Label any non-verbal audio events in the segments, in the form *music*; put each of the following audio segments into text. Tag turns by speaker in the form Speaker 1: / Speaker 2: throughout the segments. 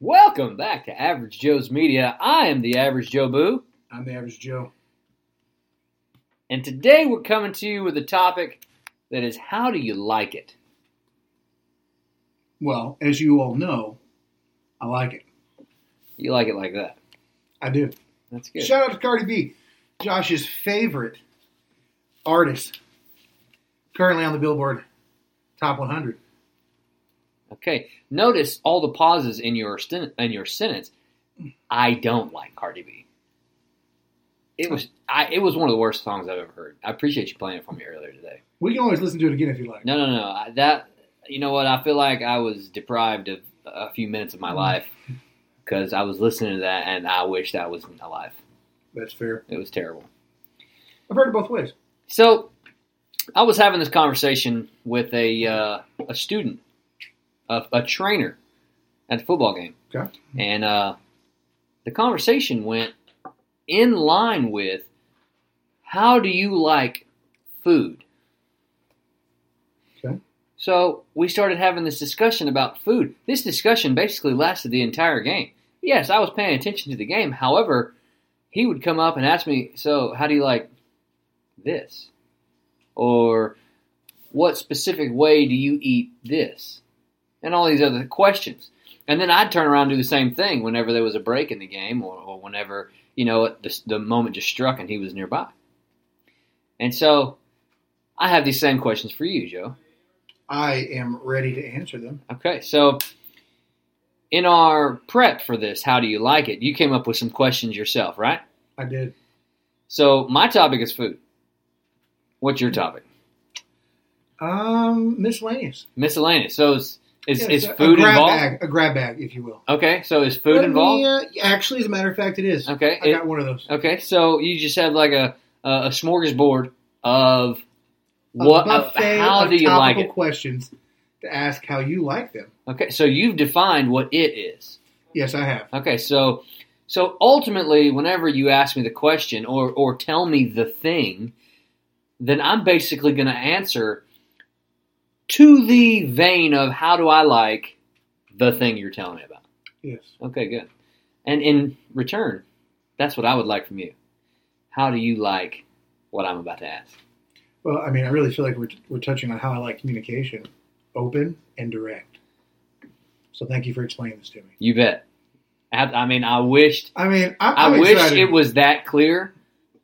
Speaker 1: Welcome back to Average Joe's Media. I am the Average Joe Boo,
Speaker 2: I'm the average Joe.
Speaker 1: and today we're coming to you with a topic that is how do you like it?
Speaker 2: Well, as you all know, I like it.
Speaker 1: You like it like that.
Speaker 2: I do.
Speaker 1: That's good.
Speaker 2: Shout out to Cardi B, Josh's favorite artist, currently on the Billboard Top 100.
Speaker 1: Okay. Notice all the pauses in your sen- in your sentence. I don't like Cardi B. It was I, it was one of the worst songs I've ever heard. I appreciate you playing it for me earlier today.
Speaker 2: We can always listen to it again if you like.
Speaker 1: No, no, no. I- That you know what? I feel like I was deprived of a few minutes of my life because I was listening to that, and I wish that wasn't my life.
Speaker 2: That's fair.
Speaker 1: It was terrible.
Speaker 2: I've heard it both ways.
Speaker 1: So I was having this conversation with a uh, a student, a, a trainer at the football game.
Speaker 2: Okay.
Speaker 1: And uh, the conversation went in line with how do you like food?
Speaker 2: Okay.
Speaker 1: So we started having this discussion about food. This discussion basically lasted the entire game. Yes, I was paying attention to the game. However, he would come up and ask me, So, how do you like this? Or what specific way do you eat this? And all these other questions. And then I'd turn around and do the same thing whenever there was a break in the game or, or whenever, you know, the, the moment just struck and he was nearby. And so I have these same questions for you, Joe.
Speaker 2: I am ready to answer them.
Speaker 1: Okay, so in our prep for this, how do you like it? You came up with some questions yourself, right?
Speaker 2: I did.
Speaker 1: So my topic is food. What's your topic?
Speaker 2: Um, miscellaneous.
Speaker 1: Miscellaneous. So is is,
Speaker 2: Yeah,
Speaker 1: is
Speaker 2: it's a-
Speaker 1: food
Speaker 2: a grab
Speaker 1: involved?
Speaker 2: Bag, a grab bag, if you will.
Speaker 1: Okay, so is food
Speaker 2: Let me,
Speaker 1: involved?
Speaker 2: uh, actually, as a matter of fact, it is.
Speaker 1: Okay,
Speaker 2: I
Speaker 1: it-
Speaker 2: got one of those.
Speaker 1: okay. So you just have like a a, a smorgasbord of what?
Speaker 2: a
Speaker 1: of
Speaker 2: buffet
Speaker 1: how
Speaker 2: of
Speaker 1: do you
Speaker 2: topical
Speaker 1: like it?
Speaker 2: questions to ask how you like them.
Speaker 1: Okay, so you've defined what it is.
Speaker 2: Yes, I have.
Speaker 1: Okay, so so ultimately, whenever you ask me the question or or tell me the thing, then I'm basically going to answer to the vein of how do I like the thing you're telling me about.
Speaker 2: Yes.
Speaker 1: Okay, good. And in return, that's what I would like from you. How do you like what I'm about to ask?
Speaker 2: Well, I mean, I really feel like we're, we're touching on how I like communication open and direct. So thank you for explaining this to me.
Speaker 1: You bet. I, I mean, I wished
Speaker 2: I mean, I'm,
Speaker 1: I
Speaker 2: I'm
Speaker 1: wish
Speaker 2: excited.
Speaker 1: it was that clear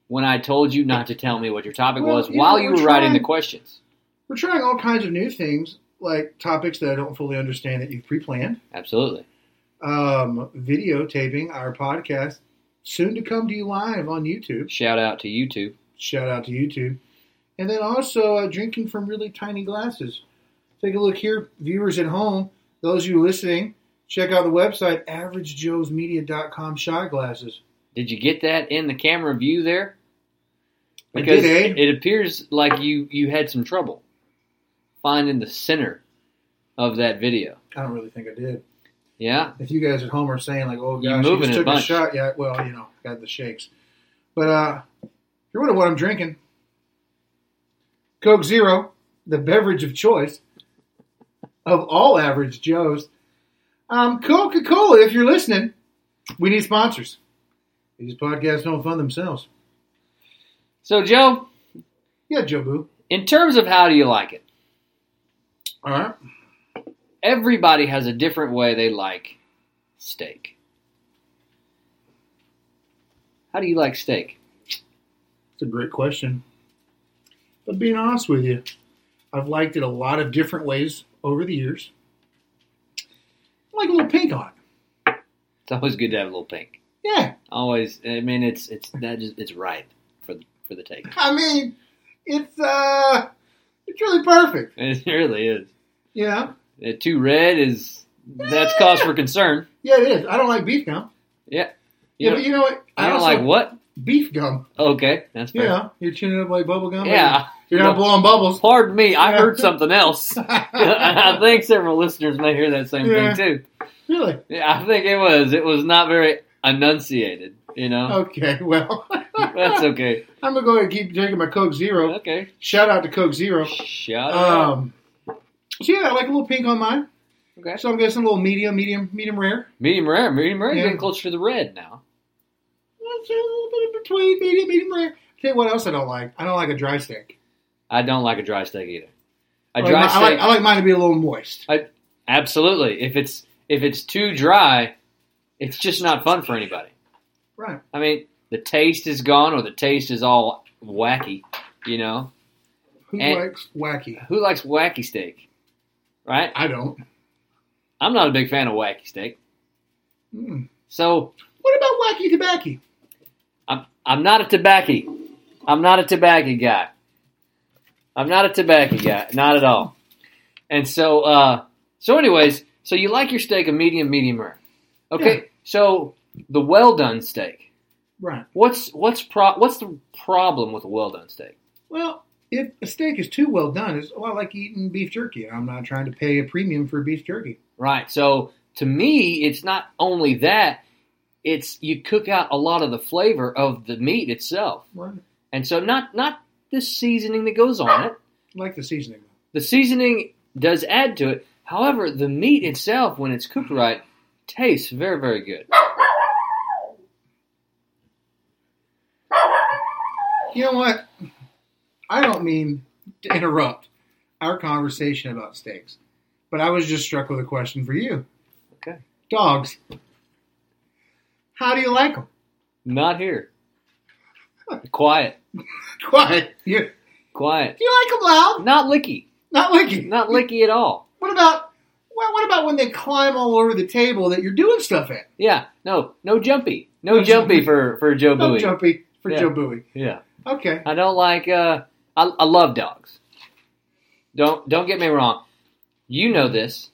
Speaker 1: when I told you not to tell me what your topic
Speaker 2: Well,
Speaker 1: was
Speaker 2: you know,
Speaker 1: while you
Speaker 2: we're
Speaker 1: were writing the
Speaker 2: trying-
Speaker 1: questions.
Speaker 2: We're trying all kinds of new things, like topics that I don't fully understand that you've pre planned,
Speaker 1: Absolutely.
Speaker 2: um, videotaping our podcast, soon to come to you live on YouTube.
Speaker 1: Shout out to YouTube.
Speaker 2: Shout out to YouTube. And then also uh, drinking from really tiny glasses. Take a look here, viewers at home, those of you listening, check out the website, averagejoesmedia.com shot glasses.
Speaker 1: Did you get that in the camera view there?
Speaker 2: I did,
Speaker 1: Because
Speaker 2: eh?
Speaker 1: it appears like you you had some trouble finding the center of that video.
Speaker 2: I don't really think I did.
Speaker 1: Yeah.
Speaker 2: If you guys at home are saying, like, oh,
Speaker 1: You're
Speaker 2: gosh, you
Speaker 1: moving
Speaker 2: just
Speaker 1: it a
Speaker 2: took a,
Speaker 1: bunch.
Speaker 2: shot, yeah, well, you know, got the shakes. But uh, if you're wondering what I'm drinking, Coke Zero, the beverage of choice of all average Joes. Um, Coca Cola, if you're listening, we need sponsors. These podcasts don't fund themselves.
Speaker 1: So Joe,
Speaker 2: Yeah, Joe Boo.
Speaker 1: in terms of how do you like it,
Speaker 2: All right.
Speaker 1: everybody has a different way they like steak. How do you like steak?
Speaker 2: It's a great question. But being honest with you, I've liked it a lot of different ways over the years. I like a little pink on it.
Speaker 1: It's always good to have a little pink.
Speaker 2: Yeah.
Speaker 1: Always, I mean, it's it's that just it's right for the, for the take.
Speaker 2: I mean, it's uh it's really
Speaker 1: *laughs*
Speaker 2: perfect.
Speaker 1: It really is.
Speaker 2: Yeah.
Speaker 1: Uh, too red is that's cause for concern.
Speaker 2: Yeah, it is. I don't like beef gum.
Speaker 1: Yeah. You
Speaker 2: Yeah, but
Speaker 1: don't,
Speaker 2: you know what?
Speaker 1: you don't
Speaker 2: also-
Speaker 1: like what?
Speaker 2: beef gum.
Speaker 1: Okay, that's
Speaker 2: You
Speaker 1: fair.
Speaker 2: know, you're tuning up like bubble gum.
Speaker 1: Yeah.
Speaker 2: You're not
Speaker 1: *laughs*
Speaker 2: blowing bubbles. *laughs*
Speaker 1: Pardon me, I
Speaker 2: Yeah.
Speaker 1: heard something else. *laughs* And I think several listeners may hear that same
Speaker 2: Yeah.
Speaker 1: thing too.
Speaker 2: really?
Speaker 1: Yeah, I think it was. It was not very enunciated. You know,
Speaker 2: Okay, well
Speaker 1: *laughs* that's okay.
Speaker 2: *laughs* I'm gonna go ahead and keep drinking my Coke Zero.
Speaker 1: Okay,
Speaker 2: Shout out to Coke Zero.
Speaker 1: shout out.
Speaker 2: Um, so yeah, I like a little pink on mine.
Speaker 1: Okay.
Speaker 2: So I'm guessing a little medium, medium, medium rare.
Speaker 1: Medium rare. Medium rare.
Speaker 2: Yeah.
Speaker 1: Getting closer to the red now.
Speaker 2: Let's say A little bit in between, medium, medium rare. Okay, what else I don't like? I don't like a dry steak.
Speaker 1: I don't like a dry steak either. A
Speaker 2: I like
Speaker 1: dry
Speaker 2: my-
Speaker 1: steak.
Speaker 2: I like, I like mine to be a little moist.
Speaker 1: Absolutely. If it's if it's too dry, it's just not fun for anybody.
Speaker 2: Right.
Speaker 1: I mean, the taste is gone or the taste is all wacky, you know.
Speaker 2: Who
Speaker 1: And-
Speaker 2: likes wacky?
Speaker 1: Who likes wacky steak? Right?
Speaker 2: I don't.
Speaker 1: I'm not a big fan of wacky steak.
Speaker 2: Mm.
Speaker 1: So,
Speaker 2: What about wacky tobacco?
Speaker 1: I'm I'm not a tobacco. I'm not a tobacco guy. I'm not a tobacco guy, not at all. And so uh so anyways, so you like your steak a medium medium rare. Okay.
Speaker 2: Yeah.
Speaker 1: So, the well done steak
Speaker 2: Right.
Speaker 1: What's what's pro what's the problem with a well done steak?
Speaker 2: Well, if a steak is too well done, it's well, I like eating beef jerky. I'm not trying to pay a premium for beef jerky.
Speaker 1: Right. So to me, it's not only that; it's you cook out a lot of the flavor of the meat itself,
Speaker 2: Right.
Speaker 1: and so not not the seasoning that goes on it.
Speaker 2: I like the seasoning.
Speaker 1: The seasoning does add to it. However, the meat itself, when it's cooked right, tastes very very good.
Speaker 2: You know what? I don't mean to interrupt our conversation about steaks, but I was just struck with a question for you.
Speaker 1: Okay.
Speaker 2: Dogs. How do you like *laughs* them?
Speaker 1: Not here. Quiet,
Speaker 2: Quiet. You,
Speaker 1: quiet.
Speaker 2: do you like them loud?
Speaker 1: Not licky.
Speaker 2: Not licky.
Speaker 1: Not licky at all.
Speaker 2: What about well, what about when they climb all over the table that you're doing stuff at?
Speaker 1: Yeah. No. No jumpy. No,
Speaker 2: No
Speaker 1: jumpy,
Speaker 2: jumpy.
Speaker 1: for for Joe
Speaker 2: No
Speaker 1: Bowie.
Speaker 2: jumpy for
Speaker 1: Yeah.
Speaker 2: Joe Bowie.
Speaker 1: Yeah.
Speaker 2: Okay.
Speaker 1: I don't like. Uh, I, I love dogs. Don't don't get me wrong. You know this.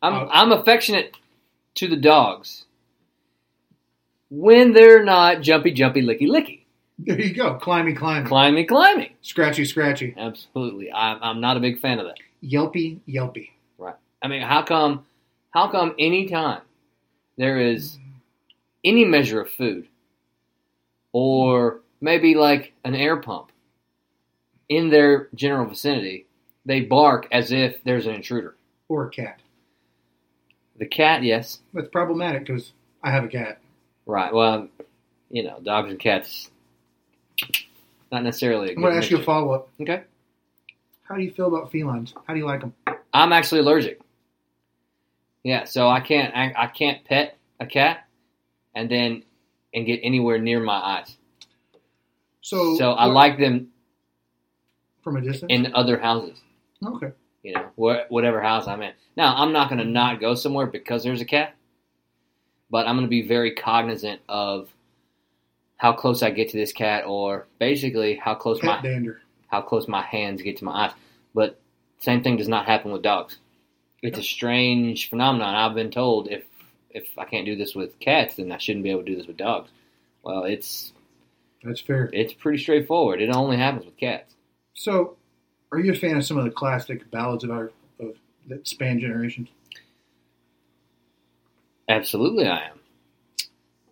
Speaker 1: I'm
Speaker 2: Oh.
Speaker 1: I'm affectionate to the dogs when they're not jumpy, jumpy, licky, licky,
Speaker 2: There you go. Climbing, climbing.
Speaker 1: climbing, climbing.
Speaker 2: Scratchy, scratchy.
Speaker 1: Absolutely, I'm I'm not a big fan of that.
Speaker 2: Yelpy, yelpy.
Speaker 1: I mean, how come? How come anytime there is any measure of food, or maybe like an air pump in their general vicinity, they bark as if there's an intruder.
Speaker 2: Or a cat.
Speaker 1: The cat, yes,
Speaker 2: That's problematic because I have a cat.
Speaker 1: right. Well, you know, dogs and cats, not necessarily. A
Speaker 2: I'm
Speaker 1: good
Speaker 2: going to ask you a
Speaker 1: mixture.
Speaker 2: follow up.
Speaker 1: Okay.
Speaker 2: How do you feel about felines? How do you like them?
Speaker 1: I'm actually allergic. Yeah, so I can't I, I can't pet a cat and then and get anywhere near my eyes.
Speaker 2: So,
Speaker 1: so I like them
Speaker 2: from a distance.
Speaker 1: in other houses,
Speaker 2: okay.
Speaker 1: you know, where, whatever house I'm in. Now I'm not going to not go somewhere because there's a cat, but I'm going to be very cognizant of how close I get to this cat, or basically how close
Speaker 2: Pet
Speaker 1: my
Speaker 2: dander.
Speaker 1: how close my hands get to my eyes. But same thing does not happen with dogs. It's a strange phenomenon. I've been told if if I can't do this with cats, then I shouldn't be able to do this with dogs. Well, it's
Speaker 2: That's fair.
Speaker 1: it's pretty straightforward. It only happens with cats.
Speaker 2: So, are you a fan of some of the classic ballads of our of that span generations?
Speaker 1: Absolutely, I am.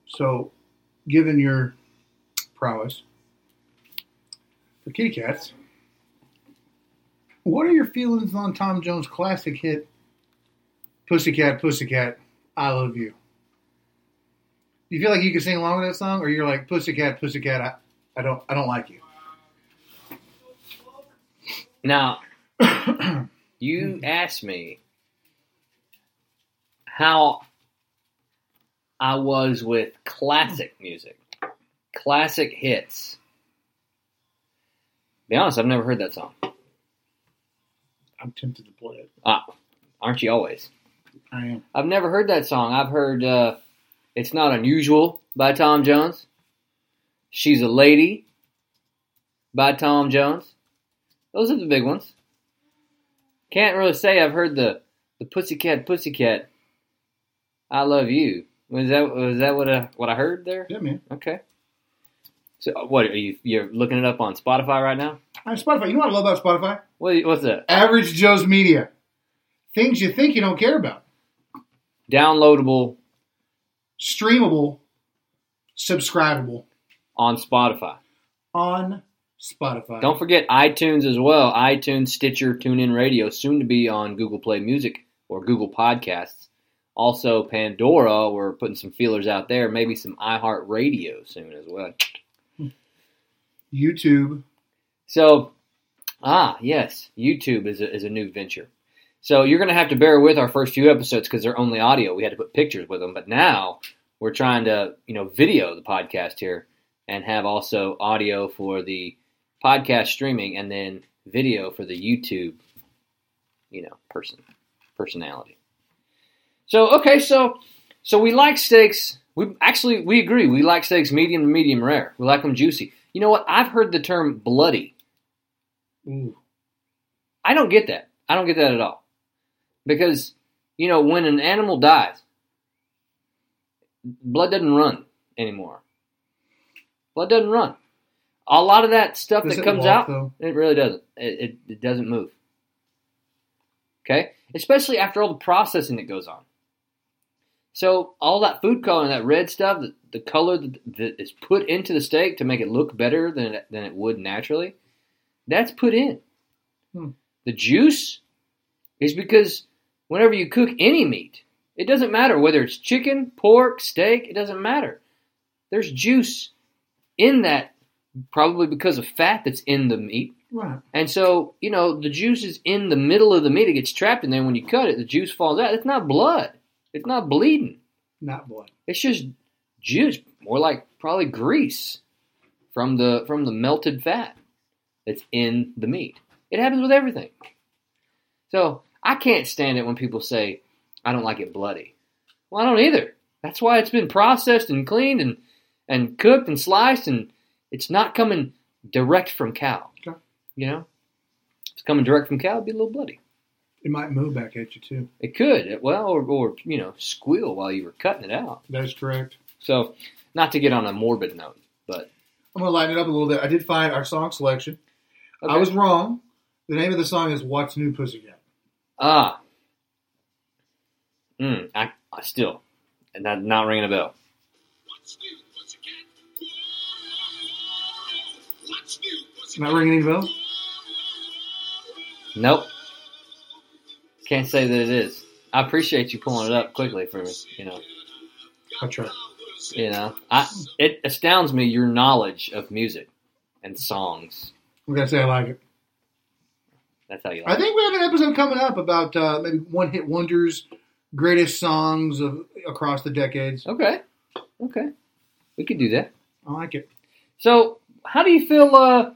Speaker 2: So, given your prowess for kitty cats, what are your feelings on Tom Jones' classic hit, Pussycat, Pussycat, I Love You? You feel like you can sing along with that song, or you're like, Pussycat, Pussycat, I, I don't I don't like you.
Speaker 1: Now,
Speaker 2: *coughs*
Speaker 1: you asked me how I was with classic music, classic hits. Be honest, I've never heard that song.
Speaker 2: I'm tempted to play it.
Speaker 1: Ah, aren't you always?
Speaker 2: I am.
Speaker 1: I've never heard that song. I've heard uh, "It's Not Unusual" by Tom Jones. "She's a Lady" by Tom Jones. Those are the big ones. Can't really say I've heard the the Pussycat Pussycat. I love you. Was that was that what I, what I heard there?
Speaker 2: Yeah, man.
Speaker 1: Okay. So uh, what are you you're looking it up on Spotify right now?
Speaker 2: I have Spotify. You know what I love about Spotify?
Speaker 1: What what's that?
Speaker 2: Average Joe's Media. Things you think you don't care about.
Speaker 1: Downloadable
Speaker 2: Streamable, subscribable.
Speaker 1: on Spotify.
Speaker 2: on Spotify.
Speaker 1: Don't forget iTunes as well. iTunes, Stitcher, TuneIn Radio, soon to be on Google Play Music, or Google Podcasts. Also, Pandora, we're putting some feelers out there. Maybe some iHeartRadio soon as well.
Speaker 2: YouTube.
Speaker 1: So, ah, yes, YouTube is a, is a new venture. So you're going to have to bear with our first few episodes because they're only audio. We had to put pictures with them, but now we're trying to you know video the podcast here and have also audio for the podcast streaming and then video for the YouTube, you know, person personality. So okay, so so we like steaks. We actually we agree. We like steaks medium to medium rare. We like them juicy. You know what? I've heard the term bloody.
Speaker 2: Ooh.
Speaker 1: I don't get that. I don't get that at all. Because you know, when an animal dies, blood doesn't run anymore. Blood doesn't run. A lot of that stuff
Speaker 2: Does
Speaker 1: that
Speaker 2: it
Speaker 1: comes
Speaker 2: walk,
Speaker 1: out,
Speaker 2: though?
Speaker 1: it really doesn't. It, it, it doesn't move. Okay, especially after all the processing that goes on. So all that food coloring, that red stuff, the, the color that, that is put into the steak to make it look better than it, than it would naturally, that's put in.
Speaker 2: Hmm.
Speaker 1: The juice is because whenever you cook any meat, it doesn't matter whether it's chicken, pork, steak, it doesn't matter. There's juice in that probably because of fat that's in the meat.
Speaker 2: Right.
Speaker 1: And so, you know, the juice is in the middle of the meat. It gets trapped in there. When you cut it, the juice falls out. It's not blood. It's not bleeding.
Speaker 2: Not blood.
Speaker 1: It's just juice, more like probably grease from the from the melted fat that's in the meat. It happens with everything. So I can't stand it when people say I don't like it bloody. Well, I don't either. That's why it's been processed and cleaned and and cooked and sliced and it's not coming direct from cow.
Speaker 2: Okay.
Speaker 1: You know, if it's coming direct from cow. It'd be a little bloody.
Speaker 2: It might move back at you too.
Speaker 1: It could, it- well, or, or you know, squeal while you were cutting it out.
Speaker 2: That's correct.
Speaker 1: So, not to get on a morbid note, but
Speaker 2: I'm gonna lighten it up a little bit. I did find our song selection. I
Speaker 1: Okay.
Speaker 2: was wrong. The name of the song is "What's New Pussycat."
Speaker 1: ah, mm, I, I still and that not ringing a bell.
Speaker 3: What's new, pussycat? What's new, pussycat?
Speaker 2: Not ringing any bell.
Speaker 1: Nope, can't say that it is. I appreciate you pulling it up quickly for me. You know,
Speaker 2: I tried.
Speaker 1: you know, I it astounds me your knowledge of music and songs.
Speaker 2: I'm gonna say I like it.
Speaker 1: That's how you
Speaker 2: I
Speaker 1: like. it.
Speaker 2: think we have an episode coming up about uh, maybe one-hit wonders, greatest songs of across the decades.
Speaker 1: Okay, okay, we could do that.
Speaker 2: I like it.
Speaker 1: So, how do you feel? Uh,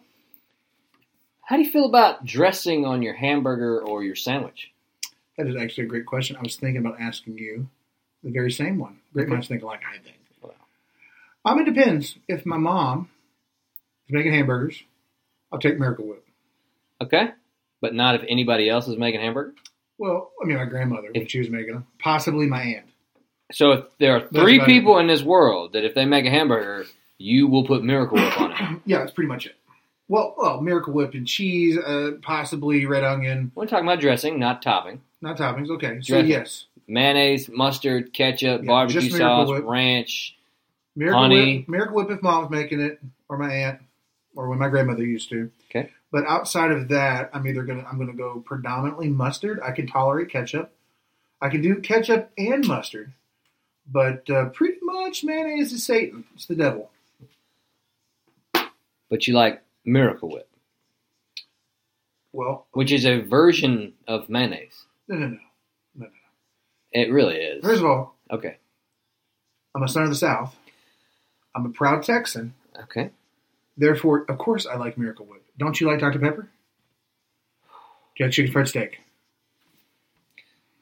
Speaker 1: how do you feel about dressing on your hamburger or your sandwich?
Speaker 2: That is actually a great question. I was thinking about asking you the very same one. Great minds think alike, I think.
Speaker 1: Wow.
Speaker 2: Um, it depends. If my mom is making hamburgers, I'll take Miracle Whip.
Speaker 1: Okay, but not if anybody else is making hamburger.
Speaker 2: Well, I mean, my grandmother when
Speaker 1: If-
Speaker 2: she was making them, possibly my aunt.
Speaker 1: So, if there are
Speaker 2: That's
Speaker 1: three
Speaker 2: about it.
Speaker 1: people in this world that if they make a hamburger, you will put Miracle Whip on
Speaker 2: *coughs*
Speaker 1: it.
Speaker 2: Yeah, that's pretty much it. Well, well, Miracle Whip and cheese, uh, possibly red onion,
Speaker 1: We're talking about dressing, not topping.
Speaker 2: not toppings. Okay, so
Speaker 1: Dressing.
Speaker 2: yes,
Speaker 1: Mayonnaise, mustard, ketchup,
Speaker 2: Yeah,
Speaker 1: barbecue
Speaker 2: just Miracle
Speaker 1: sauce,
Speaker 2: Whip.
Speaker 1: ranch.
Speaker 2: Miracle
Speaker 1: Honey.
Speaker 2: Whip, Miracle Whip if mom's making it, or my aunt, or when my grandmother used to.
Speaker 1: Okay.
Speaker 2: But outside of that, I'm either gonna I'm gonna go predominantly mustard. I can tolerate ketchup. I can do ketchup and mustard, but uh, pretty much mayonnaise is Satan. It's the devil.
Speaker 1: But you like Miracle Whip,
Speaker 2: Well,
Speaker 1: which is a version of mayonnaise.
Speaker 2: no, no, no.
Speaker 1: It really is.
Speaker 2: First of all,
Speaker 1: Okay.
Speaker 2: I'm a son of the South. I'm a proud Texan.
Speaker 1: Okay.
Speaker 2: Therefore, of course, I like Miracle Whip. Don't you like Dr. Pepper? Do you like chicken fried steak?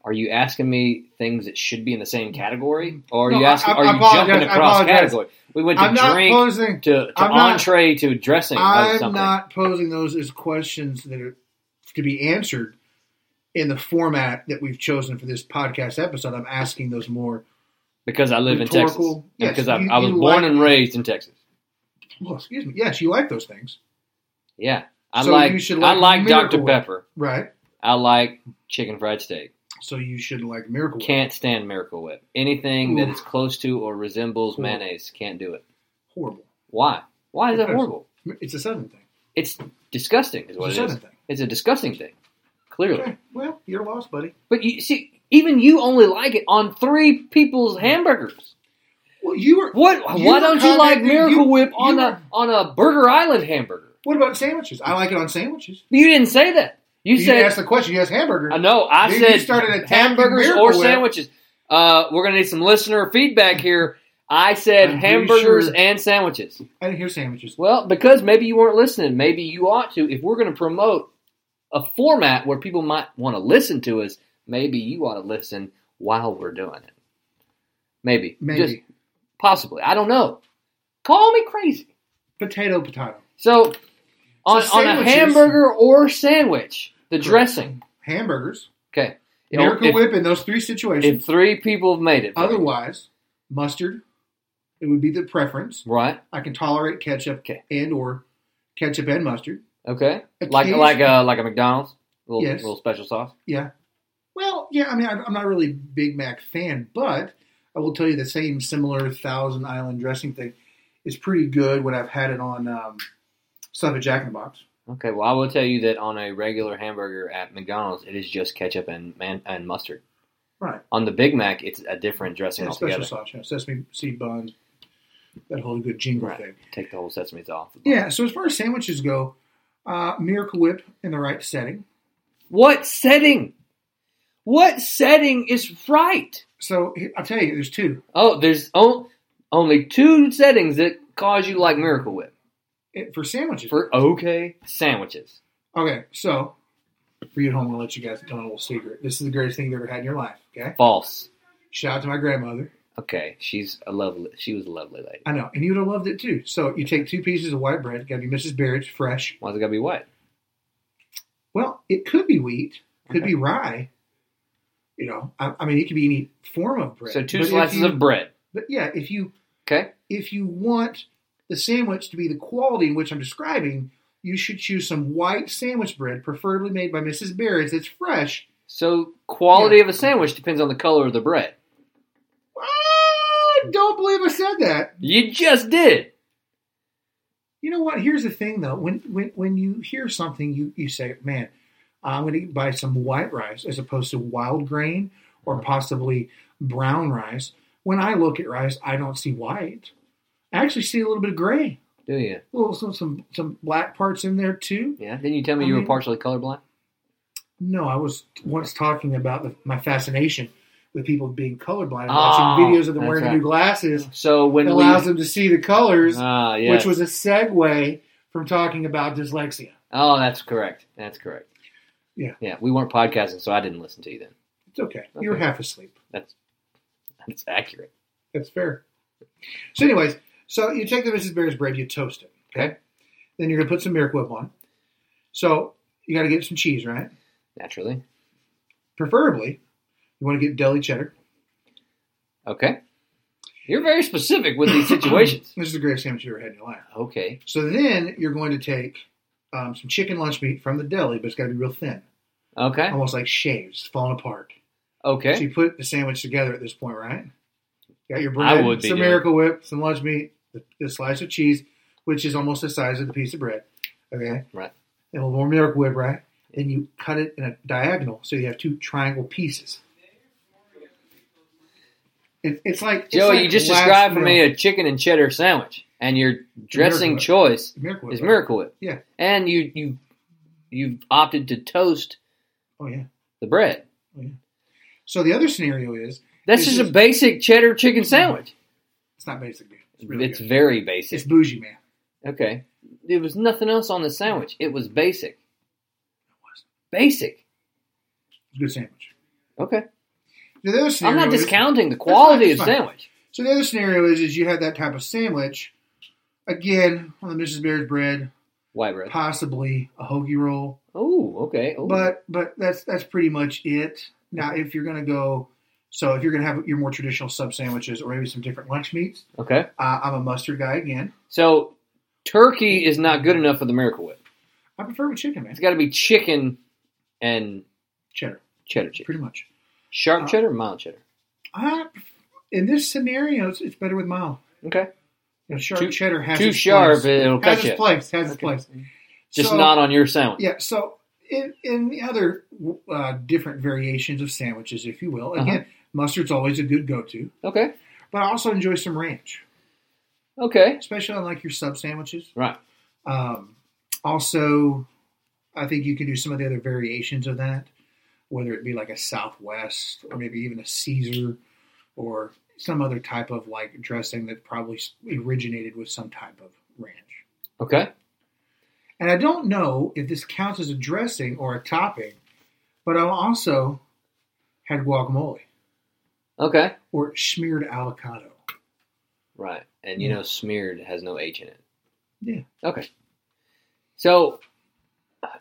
Speaker 1: Are you asking me things that should be in the same category, or are
Speaker 2: No,
Speaker 1: you
Speaker 2: I-
Speaker 1: asking?
Speaker 2: I-
Speaker 1: are
Speaker 2: I
Speaker 1: you
Speaker 2: apologize,
Speaker 1: jumping
Speaker 2: I
Speaker 1: across
Speaker 2: apologize.
Speaker 1: category? We went to
Speaker 2: I'm not
Speaker 1: drink
Speaker 2: posing.
Speaker 1: to, to
Speaker 2: I'm not-
Speaker 1: entree to dressing. of
Speaker 2: I'm
Speaker 1: something.
Speaker 2: not posing those as questions that are to be answered in the format that we've chosen for this podcast episode. I'm asking those more.
Speaker 1: because I live in Texas.
Speaker 2: Rhetorical.
Speaker 1: And
Speaker 2: Yes,
Speaker 1: because I,
Speaker 2: you-
Speaker 1: I was
Speaker 2: you
Speaker 1: born
Speaker 2: like-
Speaker 1: and raised in Texas.
Speaker 2: Well, excuse me. Yes, you like those things,
Speaker 1: Yeah, I
Speaker 2: So
Speaker 1: like,
Speaker 2: you should
Speaker 1: I
Speaker 2: like
Speaker 1: like
Speaker 2: Miracle
Speaker 1: Dr
Speaker 2: Whip.
Speaker 1: Pepper.
Speaker 2: right?
Speaker 1: I like chicken fried steak.
Speaker 2: So you should like Miracle Whip.
Speaker 1: Can't stand Miracle Whip. Anything that
Speaker 2: Oof.
Speaker 1: is close to or resembles
Speaker 2: Oof.
Speaker 1: mayonnaise can't do it.
Speaker 2: Horrible.
Speaker 1: Why? Why is that
Speaker 2: Because-
Speaker 1: horrible?
Speaker 2: It's a southern thing.
Speaker 1: It's disgusting. Is
Speaker 2: It's a
Speaker 1: what it
Speaker 2: southern
Speaker 1: is.
Speaker 2: thing.
Speaker 1: It's a disgusting thing. Clearly.
Speaker 2: Okay. Well, you're lost, buddy.
Speaker 1: But you see, Even you only like it on three people's hamburgers.
Speaker 2: Well, you were.
Speaker 1: What?
Speaker 2: You
Speaker 1: why
Speaker 2: were
Speaker 1: don't you like
Speaker 2: commenting-
Speaker 1: Miracle
Speaker 2: you-
Speaker 1: Whip
Speaker 2: you
Speaker 1: on
Speaker 2: were-
Speaker 1: a on a Burger Island hamburger?
Speaker 2: What about sandwiches? I like it on sandwiches.
Speaker 1: You didn't say that. You,
Speaker 2: You,
Speaker 1: said
Speaker 2: asked the question. You asked hamburger.
Speaker 1: I know. I
Speaker 2: Dude, you
Speaker 1: said
Speaker 2: started attacking
Speaker 1: hamburgers
Speaker 2: Miracle
Speaker 1: or
Speaker 2: Whip.
Speaker 1: sandwiches. Uh, we're gonna need some listener feedback here. I said
Speaker 2: I'm pretty
Speaker 1: hamburgers
Speaker 2: sure-
Speaker 1: and sandwiches.
Speaker 2: I didn't hear sandwiches.
Speaker 1: Well, because maybe you weren't listening. Maybe you ought to. If we're going to promote a format where people might want to listen to us, maybe you ought to listen while we're doing it. Maybe.
Speaker 2: Maybe
Speaker 1: Just possibly. I don't know. Call me crazy.
Speaker 2: potato, potato,
Speaker 1: So, on, on a
Speaker 2: sandwiches-
Speaker 1: hamburger or sandwich, the
Speaker 2: Correct.
Speaker 1: dressing.
Speaker 2: hamburgers,
Speaker 1: Okay. You know,
Speaker 2: Miracle
Speaker 1: if,
Speaker 2: Whip in those three situations.
Speaker 1: if three people have made it. right?
Speaker 2: Otherwise, mustard. It would be the preference.
Speaker 1: Right.
Speaker 2: I can tolerate ketchup
Speaker 1: Okay.
Speaker 2: and or ketchup and mustard.
Speaker 1: Okay. Like
Speaker 2: Occasion-
Speaker 1: like a, like a McDonald's. Little,
Speaker 2: Yes.
Speaker 1: little special sauce.
Speaker 2: Yeah. Well, yeah. I mean, I- I'm not really a Big Mac fan, but I will tell you the same similar Thousand Island dressing thing is pretty good when I've had it on um, stuff at Jack in the Box.
Speaker 1: Okay, well, I will tell you that on a regular hamburger at McDonald's, it is just ketchup and and, and mustard.
Speaker 2: Right.
Speaker 1: On the Big Mac, it's a different dressing
Speaker 2: Yeah,
Speaker 1: altogether.
Speaker 2: special sauce, you know, sesame seed buns, that whole good jingle
Speaker 1: Right.
Speaker 2: thing.
Speaker 1: Take the whole sesame off.
Speaker 2: Yeah. So as far as sandwiches go, uh, Miracle Whip in the right setting.
Speaker 1: What setting? What setting is right?
Speaker 2: So he- I'll tell you, there's two.
Speaker 1: Oh, there's on, only two settings that cause you like Miracle Whip
Speaker 2: It- for sandwiches.
Speaker 1: for okay sandwiches.
Speaker 2: okay. So for you at home, I'll let you guys know a little secret. This is the greatest thing you've ever had in your life. Okay.
Speaker 1: False.
Speaker 2: Shout out to my grandmother.
Speaker 1: Okay, she's a lovely. She was a lovely lady.
Speaker 2: I know, and you'd have loved it too. So you take two pieces of white bread. Got to be Mrs. Barrett's fresh.
Speaker 1: Why's it gotta be white?
Speaker 2: Well, it could be wheat, could
Speaker 1: Okay.
Speaker 2: be rye. You know, I, I mean, it could be any form of bread.
Speaker 1: So two
Speaker 2: But if
Speaker 1: slices
Speaker 2: you-
Speaker 1: of bread.
Speaker 2: But yeah, if you
Speaker 1: Okay.
Speaker 2: if you want the sandwich to be the quality in which I'm describing, you should choose some white sandwich bread, preferably made by Mrs. Barrett's. It's fresh.
Speaker 1: So quality
Speaker 2: Yeah.
Speaker 1: of a sandwich depends on the color of the bread.
Speaker 2: I don't believe I said that.
Speaker 1: You just did.
Speaker 2: You know what? Here's the thing, though. When when when you hear something, you you say, "Man, I'm going to buy some white rice as opposed to wild grain or possibly brown rice." When I look at rice, I don't see white. I actually see a little bit of gray,
Speaker 1: Do you?
Speaker 2: a little some some, some black parts in there too.
Speaker 1: Yeah. Didn't you tell me
Speaker 2: I
Speaker 1: you were
Speaker 2: mean-
Speaker 1: partially colorblind?
Speaker 2: No, I was once talking about the, my fascination with people being colorblind and
Speaker 1: Ah,
Speaker 2: watching videos of them
Speaker 1: that's
Speaker 2: wearing the
Speaker 1: right.
Speaker 2: new glasses.
Speaker 1: So when
Speaker 2: It
Speaker 1: we
Speaker 2: allows them to see the colors,
Speaker 1: ah yes.
Speaker 2: which was a segue from talking about dyslexia.
Speaker 1: oh that's correct that's correct
Speaker 2: Yeah.
Speaker 1: yeah we weren't podcasting so I didn't listen to you then
Speaker 2: It's okay. You were
Speaker 1: Okay.
Speaker 2: half asleep.
Speaker 1: that's that's accurate
Speaker 2: That's fair. So, anyways, so you take the Mrs. Bear's bread, you toast it.
Speaker 1: Okay.
Speaker 2: Then you're gonna put some Miracle Whip on. So you got to get some cheese, right?
Speaker 1: naturally
Speaker 2: Preferably, you want to get deli cheddar.
Speaker 1: okay you're very specific with
Speaker 2: *coughs*
Speaker 1: these situations
Speaker 2: This is the greatest sandwich you ever had in your life.
Speaker 1: okay
Speaker 2: So then you're going to take um, some chicken lunch meat from the deli, but it's got to be real thin,
Speaker 1: okay
Speaker 2: almost like shaves, falling apart. So
Speaker 1: okay
Speaker 2: you put the sandwich together at this point, right? Got your
Speaker 1: I
Speaker 2: bread,
Speaker 1: would be
Speaker 2: some
Speaker 1: doing-
Speaker 2: Miracle Whip, some lunch meat, the, the slice of cheese, which is almost the size of the piece of bread. Okay.
Speaker 1: Right.
Speaker 2: And a little more Miracle Whip, right? Then you cut it in a diagonal, so you have two triangle pieces. It, it's like it's
Speaker 1: Joey
Speaker 2: like
Speaker 1: you just
Speaker 2: last
Speaker 1: described for me
Speaker 2: meal-
Speaker 1: a chicken and cheddar sandwich and your dressing
Speaker 2: Whip.
Speaker 1: choice
Speaker 2: Miracle Whip.
Speaker 1: is
Speaker 2: right?
Speaker 1: Miracle Whip
Speaker 2: Yeah.
Speaker 1: and you you you've opted to toast
Speaker 2: Oh yeah.
Speaker 1: the bread
Speaker 2: So the other scenario is
Speaker 1: that's
Speaker 2: It's
Speaker 1: just, a
Speaker 2: just-
Speaker 1: basic cheddar chicken sandwich
Speaker 2: it's not basic. dude. It's
Speaker 1: it's,
Speaker 2: really good.
Speaker 1: very basic
Speaker 2: It's bougie, man.
Speaker 1: Okay. There was nothing else on the sandwich. It was basic. Basic.
Speaker 2: It's a good sandwich.
Speaker 1: Okay.
Speaker 2: The other
Speaker 1: I'm
Speaker 2: scenario
Speaker 1: not
Speaker 2: is-
Speaker 1: discounting the quality
Speaker 2: That's
Speaker 1: of
Speaker 2: fine, that's
Speaker 1: sandwich.
Speaker 2: So the other scenario is is you had that type of sandwich, again on the Mrs. Bear's bread,
Speaker 1: White bread.
Speaker 2: possibly a hoagie roll,
Speaker 1: Oh, okay. Ooh.
Speaker 2: but but that's that's pretty much it. Now if you're gonna go, so if you're gonna have your more traditional sub sandwiches or maybe some different lunch meats,
Speaker 1: okay.
Speaker 2: uh, I'm a mustard guy again.
Speaker 1: So turkey is not good enough for the Miracle Whip.
Speaker 2: I prefer with chicken, man,
Speaker 1: It's got to be chicken and
Speaker 2: cheddar,
Speaker 1: cheddar cheese.
Speaker 2: pretty much.
Speaker 1: Sharp
Speaker 2: Uh,
Speaker 1: cheddar, mild cheddar.
Speaker 2: Uh, in this scenario, it's, it's better with mild.
Speaker 1: Okay.
Speaker 2: You know, sharp
Speaker 1: Too-
Speaker 2: cheddar has
Speaker 1: Too
Speaker 2: its
Speaker 1: sharp,
Speaker 2: place.
Speaker 1: it'll
Speaker 2: Has
Speaker 1: cut
Speaker 2: its
Speaker 1: you.
Speaker 2: place. Has its
Speaker 1: Okay.
Speaker 2: place.
Speaker 1: Just
Speaker 2: So-
Speaker 1: not on your sandwich.
Speaker 2: Yeah, so in, in the other uh, different variations of sandwiches, if you will. Again, mustard's always a good go-to,
Speaker 1: Okay.
Speaker 2: but I also enjoy some ranch,
Speaker 1: Okay.
Speaker 2: especially on like your sub sandwiches.
Speaker 1: Right.
Speaker 2: Um, also, I think you can do some of the other variations of that, whether it be like a Southwest or maybe even a Caesar or some other type of like dressing that probably s- originated with some type of ranch.
Speaker 1: Okay.
Speaker 2: And I don't know if this counts as a dressing or a topping, but I also had guacamole
Speaker 1: Okay.
Speaker 2: or smeared avocado.
Speaker 1: Right. And you
Speaker 2: Yeah.
Speaker 1: know, smeared has no H in it.
Speaker 2: Hmm. Yeah.
Speaker 1: Okay. So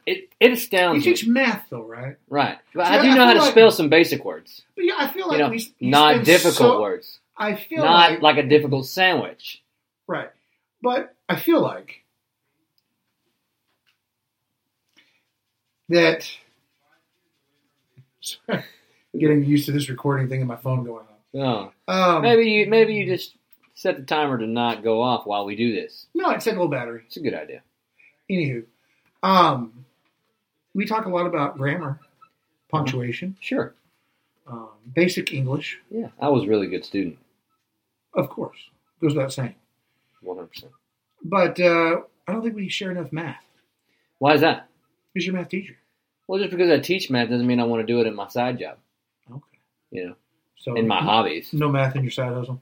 Speaker 1: it it
Speaker 2: You
Speaker 1: astounds me.
Speaker 2: teach math though, right?
Speaker 1: Right. But
Speaker 2: See,
Speaker 1: I do
Speaker 2: I- I
Speaker 1: know how
Speaker 2: feel
Speaker 1: to
Speaker 2: like-
Speaker 1: spell some basic words.
Speaker 2: But yeah, I feel like
Speaker 1: you know,
Speaker 2: we, s- we
Speaker 1: not
Speaker 2: spend
Speaker 1: difficult
Speaker 2: so-
Speaker 1: words.
Speaker 2: I feel
Speaker 1: Not
Speaker 2: like
Speaker 1: like a difficult sandwich.
Speaker 2: Right. But I feel like that. *laughs* Sorry, I'm getting used to this recording thing and my phone going
Speaker 1: No.
Speaker 2: off. Um,
Speaker 1: Maybe you maybe you just set the timer to not go off while we do this.
Speaker 2: No, it's a little battery.
Speaker 1: It's a good idea.
Speaker 2: Anywho, um, we talk a lot about grammar, punctuation,
Speaker 1: Sure. Mm-hmm.
Speaker 2: um, basic English,
Speaker 1: Yeah. I was a really good student.
Speaker 2: of course, goes without saying.
Speaker 1: One hundred percent.
Speaker 2: But uh, I don't think we share enough math.
Speaker 1: Why is that?
Speaker 2: Who's your math teacher?
Speaker 1: Well, just because I teach math doesn't mean I want to do it in my side job.
Speaker 2: Okay.
Speaker 1: You know,
Speaker 2: So
Speaker 1: in my hobbies.
Speaker 2: no math in your side hustle.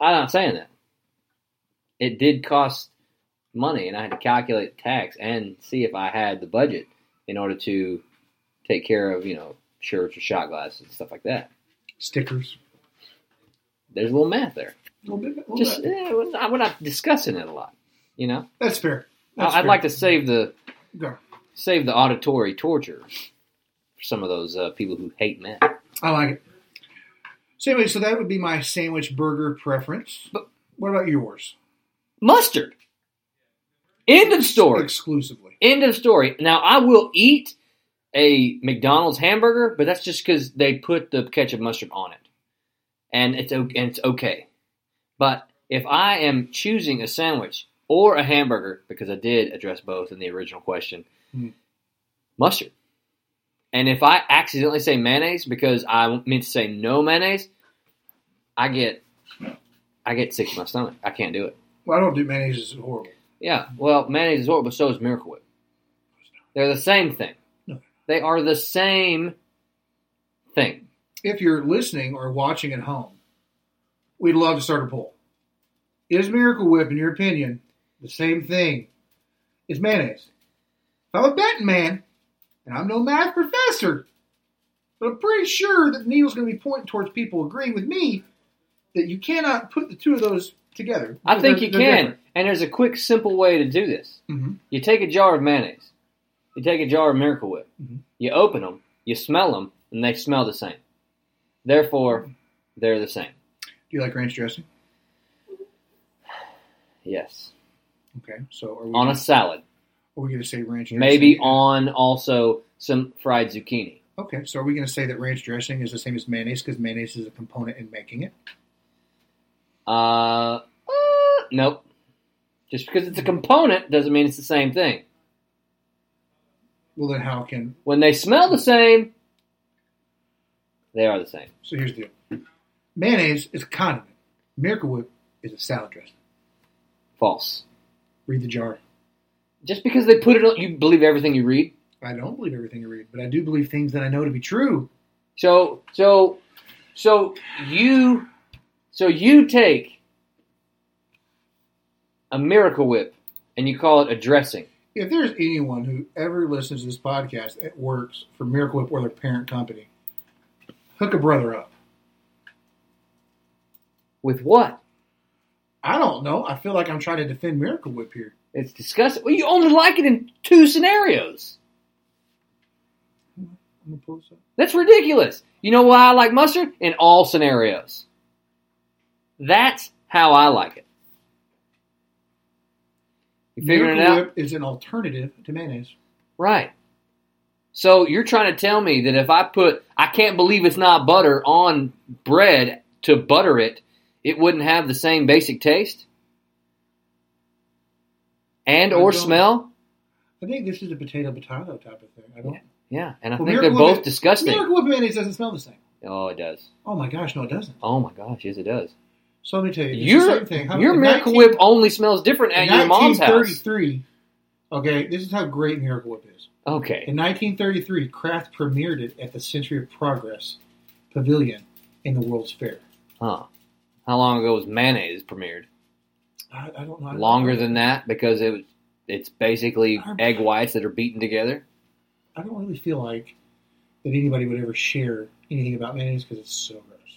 Speaker 1: I'm not saying that. It did cost money, and I had to calculate tax and see if I had the budget in order to take care of, you know, shirts or shot glasses and stuff like that.
Speaker 2: Stickers.
Speaker 1: There's a little math there.
Speaker 2: A little bit. a little
Speaker 1: Just
Speaker 2: bit.
Speaker 1: eh, we're not- we're not discussing it a lot, you know.
Speaker 2: That's fair.
Speaker 1: I- I'd like to save the
Speaker 2: Go.
Speaker 1: save the auditory torture for some of those uh, people who hate math.
Speaker 2: I like it. So anyway, so that would be my sandwich burger preference. But what about yours?
Speaker 1: Mustard. End of story.
Speaker 2: Exclusively.
Speaker 1: End of story. Now I will eat a McDonald's hamburger, but that's just because they put the ketchup mustard on it, and it's o- and it's okay. But if I am choosing a sandwich or a hamburger, because I did address both in the original question,
Speaker 2: Hmm.
Speaker 1: mustard. And if I accidentally say mayonnaise because I meant to say no mayonnaise, I get I get sick to my stomach. I can't do it.
Speaker 2: Well, I don't do mayonnaise. It's horrible.
Speaker 1: Yeah, well, mayonnaise is horrible, but so is Miracle Whip. They're the same thing.
Speaker 2: No.
Speaker 1: They are the same thing.
Speaker 2: If you're listening or watching at home, we'd love to start a poll. Is Miracle Whip, in your opinion, the same thing as mayonnaise? If I'm a betting man, and I'm no math professor, but I'm pretty sure that the needle's going to be pointing towards people agreeing with me that you cannot put the two of those together.
Speaker 1: I think
Speaker 2: They're-
Speaker 1: you
Speaker 2: they're
Speaker 1: can, and there's a quick, simple way to do this.
Speaker 2: Mhm.
Speaker 1: You take a jar of mayonnaise, you take a jar of Miracle Whip,
Speaker 2: Mhm.
Speaker 1: you open them, you smell them, and they smell the same. Therefore, they're the same.
Speaker 2: Do you like ranch dressing?
Speaker 1: Yes,
Speaker 2: Okay, so are we
Speaker 1: on a
Speaker 2: gonna,
Speaker 1: salad,
Speaker 2: are we going to say ranch? Dressing?
Speaker 1: maybe on also some fried zucchini.
Speaker 2: Okay, so are we going to say that ranch dressing is the same as mayonnaise because mayonnaise is a component in making it?
Speaker 1: Uh, uh, nope. Just because it's a component doesn't mean it's the same thing.
Speaker 2: Well, then how can?
Speaker 1: When they smell the same, they are the same.
Speaker 2: So here's the deal: mayonnaise is a condiment. Miracle Whip is a salad dressing.
Speaker 1: False.
Speaker 2: Read the jar.
Speaker 1: Just because they put it on, you believe everything you read.
Speaker 2: I don't believe everything I read, but I do believe things that I know to be true.
Speaker 1: So, so, so you, so you take a miracle whip and you call it a dressing.
Speaker 2: If there's anyone who ever listens to this podcast that works for Miracle Whip or their parent company, hook a brother up.
Speaker 1: With what?
Speaker 2: I don't know. I feel like I'm trying to defend Miracle Whip here.
Speaker 1: It's disgusting. Well, you only like it in two scenarios.
Speaker 2: I'm gonna pull this up.
Speaker 1: That's ridiculous. You know why I like mustard? In all scenarios. That's how I like it. You figuring it
Speaker 2: Miracle
Speaker 1: out?
Speaker 2: Whip is an alternative to mayonnaise.
Speaker 1: Right. So you're trying to tell me that if I put I can't believe it's not butter on bread to butter it, it wouldn't have the same basic taste? And
Speaker 2: I
Speaker 1: or
Speaker 2: don't-
Speaker 1: smell?
Speaker 2: I think this is a potato potato type of thing. I don't.
Speaker 1: Yeah, and I
Speaker 2: Well,
Speaker 1: think they're
Speaker 2: Miracle
Speaker 1: both
Speaker 2: Whip-
Speaker 1: disgusting.
Speaker 2: Miracle Whip mayonnaise doesn't smell the same.
Speaker 1: Oh, it does.
Speaker 2: Oh my gosh, no, it doesn't.
Speaker 1: Oh my gosh, yes, it does.
Speaker 2: So let me tell you, it's the
Speaker 1: Your
Speaker 2: same thing. How-
Speaker 1: your
Speaker 2: in
Speaker 1: Miracle
Speaker 2: 19
Speaker 1: Whip only smells different at
Speaker 2: in
Speaker 1: your mom's house.
Speaker 2: 1933. Okay, this is how great Miracle Whip is.
Speaker 1: Okay,
Speaker 2: In 1933, Kraft premiered it at the Century of Progress Pavilion in the World's Fair.
Speaker 1: huh? How long ago was mayonnaise premiered?
Speaker 2: I, I don't know.
Speaker 1: Longer than that because it was. It's basically egg whites that are beaten together.
Speaker 2: I don't really feel like that anybody would ever share anything about mayonnaise because it's so gross.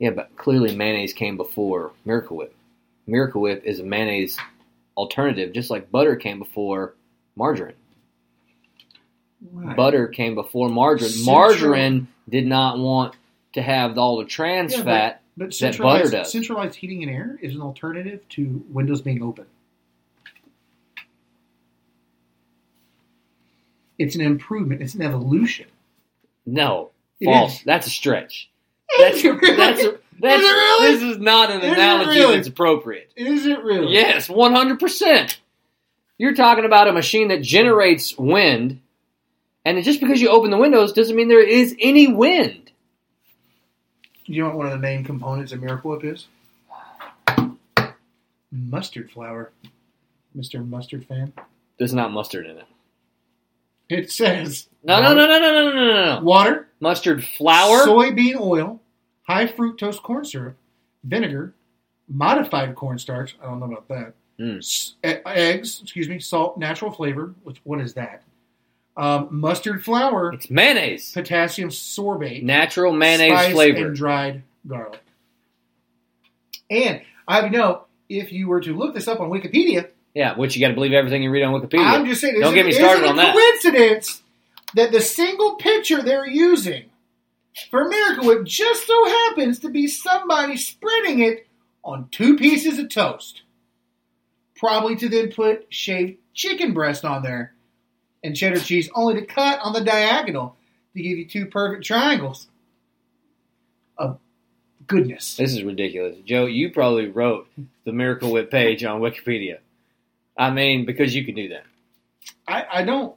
Speaker 1: Yeah, but clearly mayonnaise came before Miracle Whip. Miracle Whip is a mayonnaise alternative, just like butter came before margarine.
Speaker 2: Right.
Speaker 1: butter came before margarine.
Speaker 2: Central-
Speaker 1: Margarine did not want to have all the trans
Speaker 2: Yeah, but-
Speaker 1: fat.
Speaker 2: but
Speaker 1: butter
Speaker 2: centralized,
Speaker 1: does.
Speaker 2: centralized heating and air is an alternative to windows being open. It's an improvement. It's an evolution.
Speaker 1: No,
Speaker 2: It
Speaker 1: false.
Speaker 2: is.
Speaker 1: That's a stretch. *laughs* That's that's a, that's
Speaker 2: Is it really?
Speaker 1: this is not an
Speaker 2: Is it
Speaker 1: analogy
Speaker 2: really?
Speaker 1: that's appropriate.
Speaker 2: *laughs* Is it really?
Speaker 1: Yes, one hundred percent. You're talking about a machine that generates wind, and just because you open the windows doesn't mean there is any wind.
Speaker 2: You know what one of the main components of Miracle Whip is? Mustard flour. Mr. Mustard fan.
Speaker 1: There's not mustard in it.
Speaker 2: It says
Speaker 1: No, no, no, no, no, no, no, no, no.
Speaker 2: water,
Speaker 1: Mustard flour.
Speaker 2: soybean oil, high fructose corn syrup, vinegar, modified cornstarch. I don't know about that.
Speaker 1: Mm.
Speaker 2: S- e- eggs, excuse me, salt, natural flavor. Which what is that? Um, mustard flour,
Speaker 1: it's mayonnaise.
Speaker 2: potassium sorbate,
Speaker 1: Natural mayonnaise
Speaker 2: spice
Speaker 1: flavor.
Speaker 2: and dried garlic. And I have know if you were to look this up on Wikipedia,
Speaker 1: Yeah, which you got to believe everything you read on Wikipedia.
Speaker 2: I'm just saying,
Speaker 1: Don't
Speaker 2: is
Speaker 1: get
Speaker 2: it-
Speaker 1: me
Speaker 2: is
Speaker 1: started
Speaker 2: it
Speaker 1: on
Speaker 2: a
Speaker 1: that.
Speaker 2: Coincidence that the single picture they're using for Miracle Whip just so happens to be somebody spreading it on two pieces of toast, probably to then put shaved chicken breast on there and cheddar cheese, only to cut on the diagonal to give you two perfect triangles of goodness.
Speaker 1: This is ridiculous, Joe. You probably wrote the Miracle Whip page on Wikipedia. I mean, because you could do that.
Speaker 2: I, I don't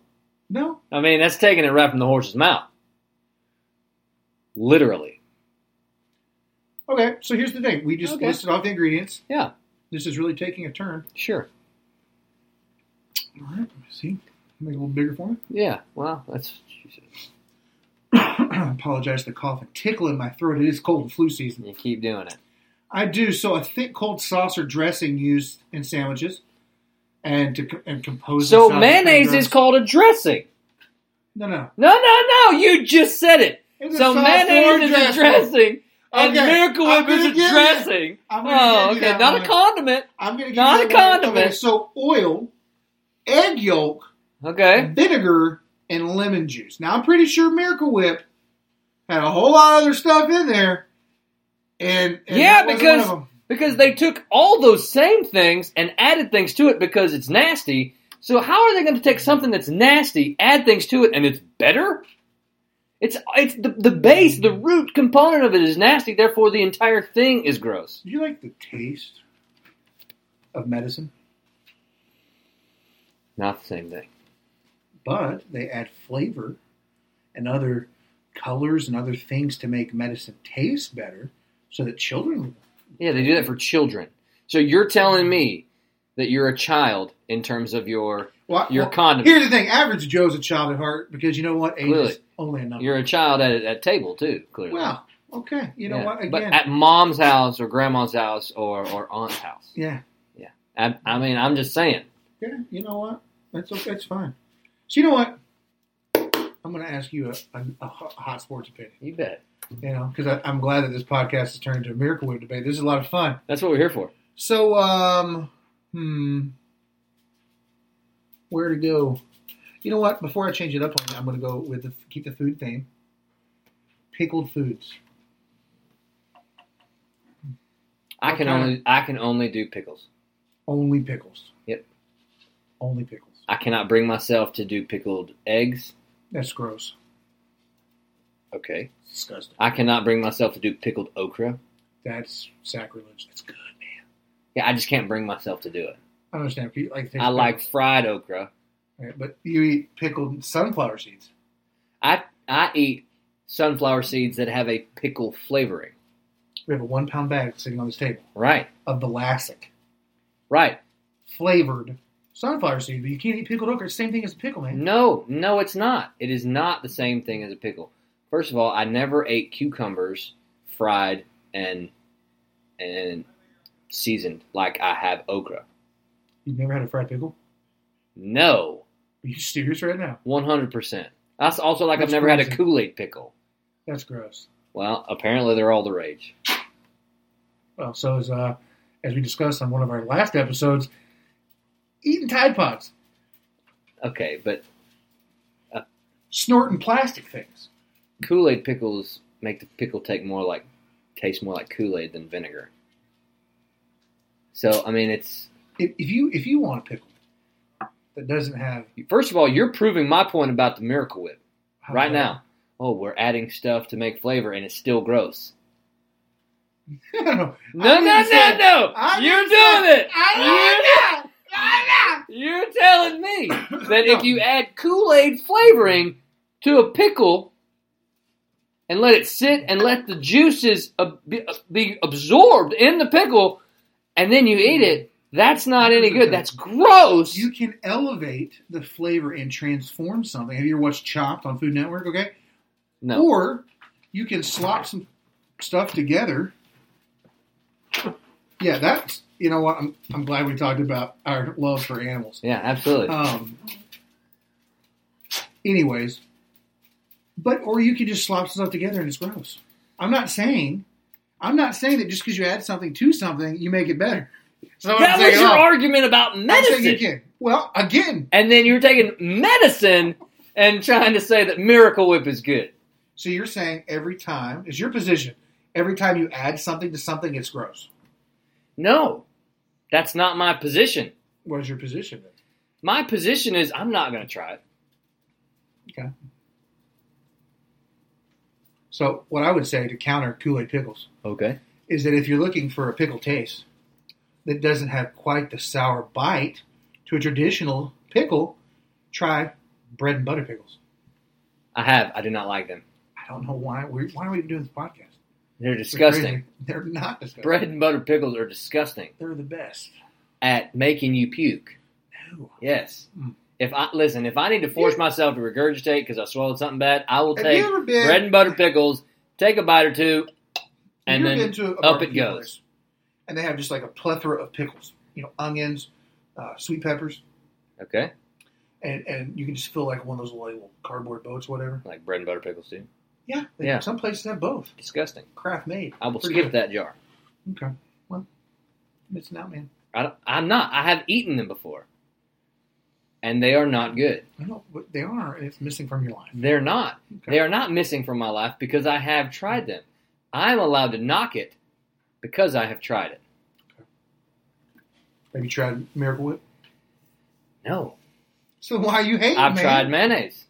Speaker 2: know.
Speaker 1: I mean, that's taking it right from the horse's mouth, literally.
Speaker 2: Okay, so here's the thing: we just
Speaker 1: Okay.
Speaker 2: listed off the ingredients.
Speaker 1: Yeah.
Speaker 2: This is really taking a turn.
Speaker 1: Sure.
Speaker 2: All right, let me see. Make it a little bigger for me. *coughs*
Speaker 1: Yeah. Well, that's
Speaker 2: I apologize for the cough and tickle in my throat. It is cold and flu season.
Speaker 1: you keep doing it.
Speaker 2: I do. So a thick cold sauce or dressing used in sandwiches and to co- and compose. the
Speaker 1: So
Speaker 2: salad
Speaker 1: mayonnaise
Speaker 2: with
Speaker 1: is called a dressing.
Speaker 2: No, no.
Speaker 1: No, no, no. You just said it.
Speaker 2: It's a
Speaker 1: so
Speaker 2: sauce
Speaker 1: mayonnaise
Speaker 2: or
Speaker 1: is a dressing, and
Speaker 2: Okay,
Speaker 1: Miracle
Speaker 2: I'm
Speaker 1: Whip is
Speaker 2: gonna
Speaker 1: a
Speaker 2: give you-
Speaker 1: dressing.
Speaker 2: I'm gonna
Speaker 1: Oh,
Speaker 2: give you
Speaker 1: okay.
Speaker 2: that
Speaker 1: Not a
Speaker 2: one.
Speaker 1: condiment.
Speaker 2: I'm gonna give
Speaker 1: Not
Speaker 2: you
Speaker 1: a
Speaker 2: that one.
Speaker 1: condiment.
Speaker 2: Okay, so oil, egg yolk,
Speaker 1: Okay.
Speaker 2: vinegar, and lemon juice. Now I'm pretty sure Miracle Whip had a whole lot of other stuff in there. And, and
Speaker 1: Yeah,
Speaker 2: that wasn't
Speaker 1: because-
Speaker 2: one of 'em.
Speaker 1: Because they took all those same things and added things to it because it's nasty. So how are they going to take something that's nasty, add things to it, and it's better? It's it's the, the base, the root component of it is nasty. Therefore, the entire thing is gross.
Speaker 2: Do you like the taste of medicine?
Speaker 1: Not the same thing.
Speaker 2: but they add flavor and other colors and other things to make medicine taste better so that children
Speaker 1: Yeah, they do that for children. So you're telling me that you're a child in terms of your
Speaker 2: well,
Speaker 1: your
Speaker 2: well,
Speaker 1: condiment.
Speaker 2: here's the thing average joe's a child at heart because you know what age
Speaker 1: Clearly.
Speaker 2: is only a number
Speaker 1: You're a child at at table too. Clearly.
Speaker 2: well okay you know
Speaker 1: Yeah.
Speaker 2: what again
Speaker 1: But at mom's house or grandma's house or or aunt's house.
Speaker 2: yeah
Speaker 1: I, I mean, I'm just saying.
Speaker 2: yeah you know what that's okay it's fine so you know what i'm going to ask you a, a, a hot hot sports opinion
Speaker 1: You bet.
Speaker 2: you know because i'm glad that this podcast has turned into a miracle whip debate this is a lot of fun
Speaker 1: That's what we're here for.
Speaker 2: So, um, hmm, where to go? You know what? Before I change it up, on you, I'm going to go with the, keep the food theme. Pickled foods.
Speaker 1: I can
Speaker 2: Okay.
Speaker 1: only I can only do pickles.
Speaker 2: Only pickles.
Speaker 1: Yep.
Speaker 2: Only pickles.
Speaker 1: I cannot bring myself to do pickled eggs.
Speaker 2: That's gross.
Speaker 1: Okay.
Speaker 2: It's disgusting.
Speaker 1: I cannot bring myself to do pickled okra.
Speaker 2: That's sacrilege. That's good, man.
Speaker 1: Yeah, I just can't bring myself to do it.
Speaker 2: I understand. If you like, to take
Speaker 1: I
Speaker 2: pickles.
Speaker 1: like fried okra,
Speaker 2: Right, But you eat pickled sunflower seeds.
Speaker 1: I I eat sunflower seeds that have a pickle flavoring.
Speaker 2: We have a one pound bag sitting on this table
Speaker 1: Right,
Speaker 2: of Vlasic
Speaker 1: right.
Speaker 2: flavored sunflower seed, but you can't eat pickled okra. It's the same thing as a pickle, man.
Speaker 1: No, no, it's not. It is not the same thing as a pickle. First of all, I never ate cucumbers fried and and seasoned like I have okra.
Speaker 2: You've never had a fried pickle?
Speaker 1: No,
Speaker 2: Are you serious right now?
Speaker 1: one hundred percent. That's also like
Speaker 2: That's
Speaker 1: I've never had
Speaker 2: crazy.
Speaker 1: a Kool Aid pickle.
Speaker 2: That's gross.
Speaker 1: Well, apparently they're all the rage.
Speaker 2: Well, so as uh, as we discussed on one of our last episodes, eating Tide Pods,
Speaker 1: Okay, but
Speaker 2: snorting plastic things.
Speaker 1: Kool Aid pickles make the pickle take more like taste more like Kool Aid than vinegar. So I mean, it's
Speaker 2: If, if you if you want a pickle that doesn't have
Speaker 1: first of all, you're proving my point about the Miracle Whip. right now. Oh, we're adding stuff to make flavor, and it's still gross.
Speaker 2: *laughs* I don't know.
Speaker 1: No,
Speaker 2: didn't
Speaker 1: no,
Speaker 2: say-
Speaker 1: no, no!
Speaker 2: I
Speaker 1: You're
Speaker 2: didn't say-
Speaker 1: doing it.
Speaker 2: I I
Speaker 1: You're, you're telling me that if you add Kool Aid flavoring to a pickle and let it sit and let the juices ab- be, be absorbed in the pickle, and then you eat it, that's not any good. That's gross.
Speaker 2: You can elevate the flavor and transform something. Have you ever watched Chopped on Food Network? Okay,
Speaker 1: No,
Speaker 2: or you can slop some stuff together. Yeah, that's you know what. I'm I'm glad we talked about our love for animals.
Speaker 1: yeah, absolutely.
Speaker 2: Um. Anyways, but or you could just slop stuff together and it's gross. I'm not saying, I'm not saying that just because you add something to something, you make it better. So I'm
Speaker 1: That
Speaker 2: saying,
Speaker 1: was your
Speaker 2: oh,
Speaker 1: argument about
Speaker 2: I'm saying
Speaker 1: medicine.
Speaker 2: again. Well, again,
Speaker 1: and then you're taking medicine and trying to say that Miracle Whip is good.
Speaker 2: so you're saying every time is your position. Every time you add something to something, it's gross.
Speaker 1: No, that's not my position.
Speaker 2: What is your position then?
Speaker 1: My position is I'm not going to try it.
Speaker 2: So what I would say to counter Kool Aid pickles
Speaker 1: Okay.
Speaker 2: is that if you're looking for a pickle taste that doesn't have quite the sour bite to a traditional pickle, try bread and butter pickles.
Speaker 1: I have. I do not like them.
Speaker 2: I don't know why we why are we even doing this podcast?
Speaker 1: They're
Speaker 2: It's crazy.
Speaker 1: disgusting.
Speaker 2: They're not disgusting.
Speaker 1: Bread and butter pickles are disgusting
Speaker 2: They're the best.
Speaker 1: at making you puke.
Speaker 2: No.
Speaker 1: Yes.
Speaker 2: Mm.
Speaker 1: If I listen, if I need to force myself to regurgitate because I swallowed something bad, I will
Speaker 2: Have
Speaker 1: take
Speaker 2: you ever been
Speaker 1: bread and butter pickles, take a bite or two,
Speaker 2: have
Speaker 1: and
Speaker 2: you
Speaker 1: then
Speaker 2: ever been to a
Speaker 1: up it
Speaker 2: barbecue
Speaker 1: goes.
Speaker 2: place And they have just like a plethora of pickles, you know, onions, uh, sweet peppers,
Speaker 1: okay,
Speaker 2: and and you can just fill like one of those little cardboard boats, whatever.
Speaker 1: like bread and butter pickles too.
Speaker 2: Yeah, they-
Speaker 1: Yeah.
Speaker 2: Some places have both,
Speaker 1: Disgusting.
Speaker 2: craft made.
Speaker 1: I will
Speaker 2: Pretty
Speaker 1: skip
Speaker 2: good.
Speaker 1: that jar.
Speaker 2: Okay, well, missing out, man.
Speaker 1: I don't, I'm not. I have eaten them before, and they are not good.
Speaker 2: I know, but they are. and It's missing from your life.
Speaker 1: They're not.
Speaker 2: Okay.
Speaker 1: They are not missing from my life because I have tried them. I'm allowed to knock it because I have tried it.
Speaker 2: Have you tried Miracle Whip?
Speaker 1: No,
Speaker 2: So why are you hating?
Speaker 1: I've
Speaker 2: man?
Speaker 1: tried mayonnaise,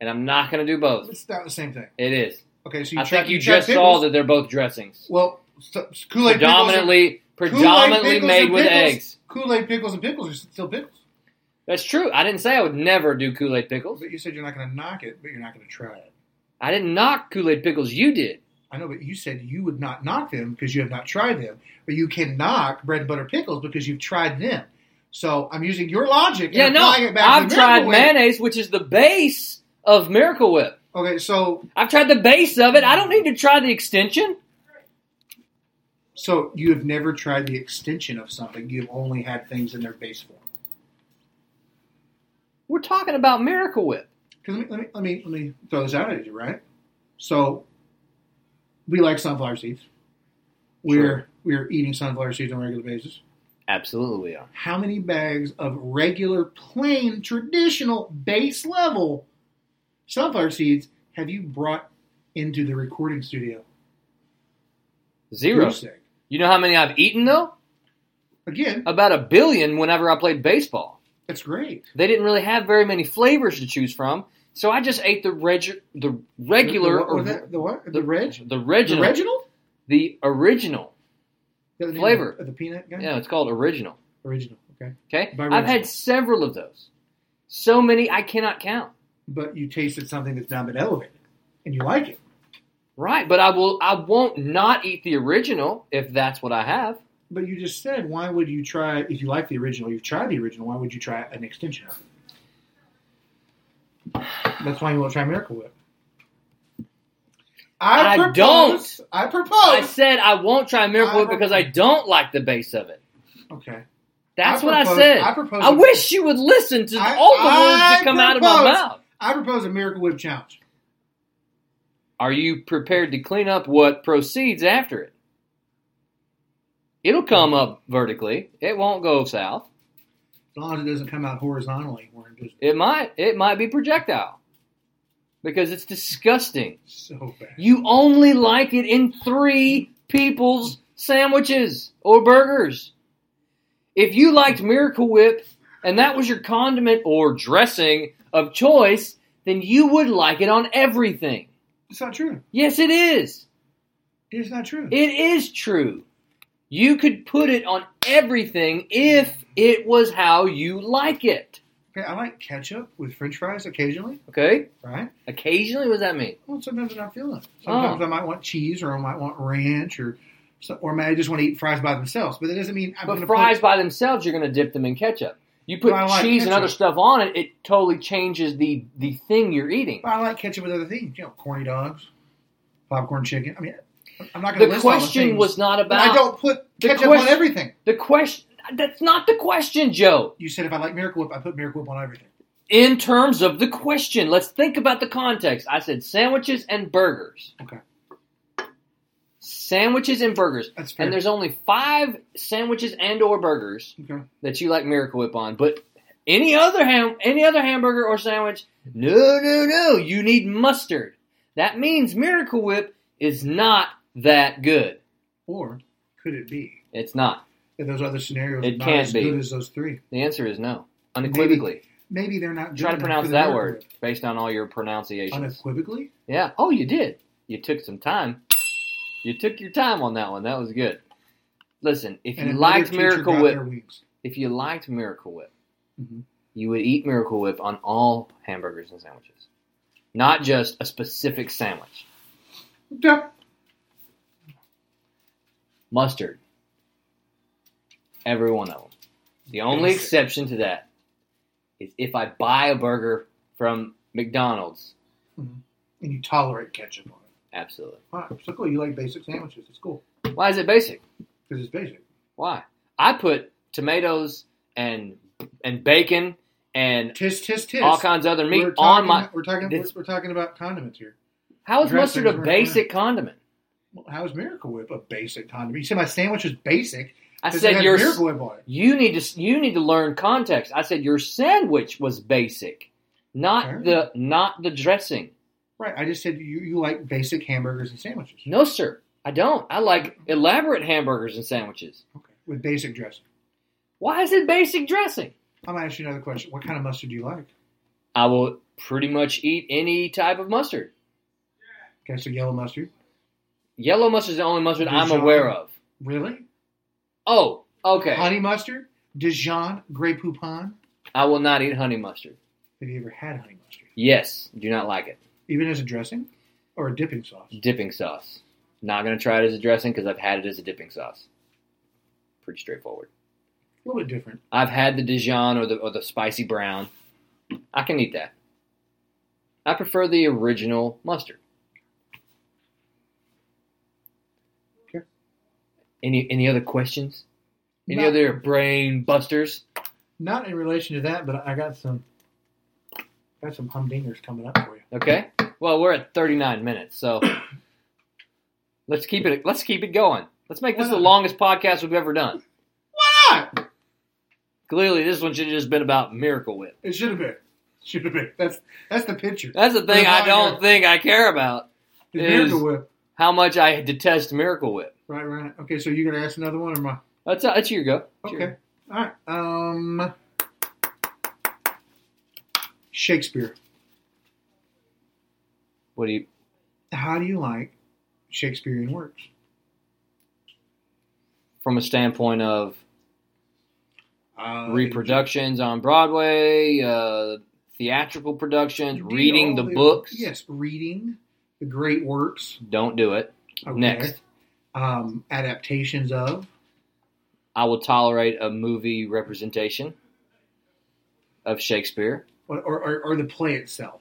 Speaker 1: and I'm not going to do both.
Speaker 2: It's not the same thing.
Speaker 1: It is.
Speaker 2: Okay, so you
Speaker 1: I
Speaker 2: tried,
Speaker 1: think you
Speaker 2: tried
Speaker 1: just
Speaker 2: pickles.
Speaker 1: saw that they're both dressings,
Speaker 2: Well, Kool Aid pickles.
Speaker 1: predominantly, predominantly
Speaker 2: pickles
Speaker 1: made
Speaker 2: and
Speaker 1: with
Speaker 2: pickles.
Speaker 1: eggs.
Speaker 2: Kool Aid pickles and pickles are still pickles.
Speaker 1: That's true. I didn't say I would never do Kool Aid pickles.
Speaker 2: But you said you're not going to knock it, but you're not going to try it.
Speaker 1: I didn't knock Kool Aid pickles. You did.
Speaker 2: I know, but you said you would not knock them because you have not tried them. But you can knock bread and butter pickles because you've tried them. So I'm using your logic. and
Speaker 1: Yeah, no,
Speaker 2: applying it back to
Speaker 1: I've
Speaker 2: the
Speaker 1: tried
Speaker 2: Miracle Whip.
Speaker 1: mayonnaise, which is the base of Miracle Whip.
Speaker 2: Okay, so
Speaker 1: I've tried the base of it. I don't need to try the extension.
Speaker 2: So you have never tried the extension of something. You've only had things in their base form.
Speaker 1: We're talking about Miracle Whip.
Speaker 2: Because let me, let me let me let me throw this out at you, right? So we like sunflower seeds. We're
Speaker 1: Sure.
Speaker 2: we're eating sunflower seeds on a regular basis.
Speaker 1: Absolutely, we are.
Speaker 2: How many bags of regular, plain, traditional, base level sunflower seeds have you brought into the recording studio?
Speaker 1: Zero.
Speaker 2: Goose egg.
Speaker 1: You know how many I've eaten though?
Speaker 2: Again,
Speaker 1: About a billion. Whenever I played baseball,
Speaker 2: that's great.
Speaker 1: they didn't really have very many flavors to choose from, so I just ate the reg- the regular
Speaker 2: the,
Speaker 1: or
Speaker 2: what- the, the what? The,
Speaker 1: the-
Speaker 2: reg?
Speaker 1: the
Speaker 2: The
Speaker 1: original,
Speaker 2: reginal?
Speaker 1: the original.
Speaker 2: The name of
Speaker 1: Flavor.
Speaker 2: the- of the peanut guy?
Speaker 1: Yeah, it's called original.
Speaker 2: Original. Okay.
Speaker 1: Okay,
Speaker 2: By
Speaker 1: I've
Speaker 2: original.
Speaker 1: had several of those. So many I cannot count.
Speaker 2: but you tasted something that's now been elevated, and you like it.
Speaker 1: Right, but I will. I won't not eat the original if that's what I have.
Speaker 2: But you just said, why would you try if you like the original? You've tried the original. Why would you try an extension of it? That's why you want to try Miracle Whip. I,
Speaker 1: I
Speaker 2: propose,
Speaker 1: don't.
Speaker 2: I
Speaker 1: I
Speaker 2: propose.
Speaker 1: said I won't try Miracle
Speaker 2: Oh! I
Speaker 1: Whip because I
Speaker 2: propose-
Speaker 1: don't like the base of it.
Speaker 2: okay.
Speaker 1: That's
Speaker 2: I
Speaker 1: what
Speaker 2: propose-
Speaker 1: I said.
Speaker 2: I
Speaker 1: I,
Speaker 2: propose-
Speaker 1: wish you would listen to
Speaker 2: I-
Speaker 1: all the words that
Speaker 2: I
Speaker 1: come out of my
Speaker 2: propose-
Speaker 1: mouth.
Speaker 2: I propose a Miracle Whip challenge.
Speaker 1: Are you prepared to clean up what proceeds after it? It'll come up vertically. It won't go south.
Speaker 2: As long as it doesn't come out horizontally, where it just
Speaker 1: It might. It might be projectile because it's disgusting.
Speaker 2: so bad.
Speaker 1: You only like it in three people's sandwiches or burgers. If you liked Miracle Whip and that was your condiment or dressing of choice, then you would like it on everything.
Speaker 2: It's not true.
Speaker 1: Yes, it is.
Speaker 2: It's not true.
Speaker 1: It is true. You could put it on everything if it was how you like it.
Speaker 2: okay, I like ketchup with French fries occasionally,
Speaker 1: Okay?
Speaker 2: right?
Speaker 1: Occasionally, what does that mean?
Speaker 2: Well, sometimes I'm not feeling it. Sometimes
Speaker 1: Oh.
Speaker 2: I might want cheese, or I might want ranch, or so- or may I just want to eat fries by themselves. But that doesn't mean I'm going
Speaker 1: But
Speaker 2: to
Speaker 1: fries by themselves, you're going to dip them in ketchup. You put
Speaker 2: But I like
Speaker 1: cheese and
Speaker 2: ketchup.
Speaker 1: other stuff on it, it totally changes the the thing you're eating.
Speaker 2: Put, I like ketchup with other things, you know, corny dogs, popcorn chicken. I mean, I'm not going to.
Speaker 1: The
Speaker 2: list all the
Speaker 1: question
Speaker 2: things,
Speaker 1: was not
Speaker 2: But I
Speaker 1: about
Speaker 2: don't put
Speaker 1: The
Speaker 2: ketchup on
Speaker 1: question-
Speaker 2: everything.
Speaker 1: the question. That's not the question, Joe.
Speaker 2: You said if I like Miracle Whip, I put Miracle Whip on everything.
Speaker 1: In terms of the question, let's think about the context. I said sandwiches and burgers.
Speaker 2: Okay.
Speaker 1: Sandwiches and burgers.
Speaker 2: That's fair.
Speaker 1: And there's only five sandwiches and or burgers
Speaker 2: okay.
Speaker 1: that you like Miracle Whip on, but any other ham, any other hamburger or sandwich, no, no, no, you need mustard. That means Miracle Whip is not that good.
Speaker 2: Or could it be
Speaker 1: It's not.
Speaker 2: that those other scenarios
Speaker 1: It
Speaker 2: are not
Speaker 1: can't
Speaker 2: as
Speaker 1: be.
Speaker 2: good as those three?
Speaker 1: The answer is no, unequivocally.
Speaker 2: Maybe they're
Speaker 1: Try
Speaker 2: not. good
Speaker 1: to
Speaker 2: enough
Speaker 1: pronounce
Speaker 2: for the
Speaker 1: that
Speaker 2: Miracle
Speaker 1: word
Speaker 2: Whip.
Speaker 1: based on all your pronunciations.
Speaker 2: unequivocally.
Speaker 1: Yeah. Oh, you did. You took some time. You took your time on that one. That was good. Listen, if
Speaker 2: And
Speaker 1: you
Speaker 2: another
Speaker 1: liked
Speaker 2: teacher
Speaker 1: Miracle
Speaker 2: got
Speaker 1: Whip,
Speaker 2: their wings.
Speaker 1: if you liked Miracle Whip,
Speaker 2: Mhm.
Speaker 1: you would eat Miracle Whip on all hamburgers and sandwiches, not just a specific sandwich.
Speaker 2: Duh.
Speaker 1: Mustard. Every one of them. The only
Speaker 2: Yes.
Speaker 1: exception to that is if I buy a burger from McDonald's.
Speaker 2: And you tolerate ketchup on it.
Speaker 1: Absolutely.
Speaker 2: Wow, so cool. You like basic sandwiches. It's cool
Speaker 1: Why is it basic?
Speaker 2: because it's basic.
Speaker 1: Why? I put tomatoes and and bacon and
Speaker 2: Tis, tis, tis.
Speaker 1: all kinds of other meat
Speaker 2: we're talking,
Speaker 1: on my.
Speaker 2: We're talking. We're,
Speaker 1: It's-
Speaker 2: we're talking about condiments here.
Speaker 1: How is mustard a
Speaker 2: dressings, right?
Speaker 1: basic condiment?
Speaker 2: Well, How is Miracle Whip a basic condiment? You said my sandwich is basic.
Speaker 1: I
Speaker 2: 'cause it
Speaker 1: said
Speaker 2: had
Speaker 1: your
Speaker 2: Miracle Whip on it.
Speaker 1: you need to you need to learn context. I said your sandwich was basic, not
Speaker 2: Alright.
Speaker 1: the not the dressing.
Speaker 2: Right. I just said you, you like basic hamburgers and sandwiches.
Speaker 1: No, sir, I don't. I like elaborate hamburgers and sandwiches.
Speaker 2: Okay. With basic dressing.
Speaker 1: Why is it basic dressing?
Speaker 2: I'm gonna ask you another question. What kind of mustard do you like?
Speaker 1: I will pretty much eat any type of mustard.
Speaker 2: Okay, so yellow mustard.
Speaker 1: Yellow mustard is the only mustard I'm
Speaker 2: Dijon.
Speaker 1: aware of.
Speaker 2: Really?
Speaker 1: Oh, okay.
Speaker 2: Honey mustard. Dijon Grey Poupon.
Speaker 1: I will not eat honey mustard.
Speaker 2: Have you ever had honey mustard?
Speaker 1: Yes, do not like it.
Speaker 2: Even as a dressing or a dipping sauce?
Speaker 1: Dipping sauce. Not gonna try it as a dressing because I've had it as a dipping sauce. Pretty straightforward.
Speaker 2: A little bit different.
Speaker 1: I've had the Dijon or the or the spicy brown. I can eat that. I prefer the original mustard.
Speaker 2: Okay.
Speaker 1: Any any other questions? Any
Speaker 2: No.
Speaker 1: other brain busters?
Speaker 2: Not in relation to that, but I got some got some humdingers coming up for you.
Speaker 1: Okay. Well, we're at 39 minutes, so let's keep it let's keep it going. Let's make this
Speaker 2: Why
Speaker 1: the
Speaker 2: not?
Speaker 1: longest podcast we've ever done.
Speaker 2: Why not?
Speaker 1: Clearly, this one should have just been about Miracle Whip.
Speaker 2: It should have been. Should have been. That's that's the picture.
Speaker 1: That's the thing I don't think I care about.
Speaker 2: The
Speaker 1: is-
Speaker 2: Miracle Whip.
Speaker 1: How much I detest Miracle Whip.
Speaker 2: Right, right. Okay, so you're gonna ask another one or my
Speaker 1: That's that's your go.
Speaker 2: Okay.
Speaker 1: Sure.
Speaker 2: Alright. Um Shakespeare.
Speaker 1: What do you?
Speaker 2: How do you like Shakespearean works?
Speaker 1: From a standpoint of
Speaker 2: Uh,
Speaker 1: reproductions on Broadway, uh, theatrical productions,
Speaker 2: you did
Speaker 1: reading
Speaker 2: all
Speaker 1: the books.
Speaker 2: Yes, reading the great works.
Speaker 1: Don't do it.
Speaker 2: Okay.
Speaker 1: Next,
Speaker 2: Um, adaptations of.
Speaker 1: I will tolerate a movie representation of Shakespeare.
Speaker 2: Or, or, or, or the play itself.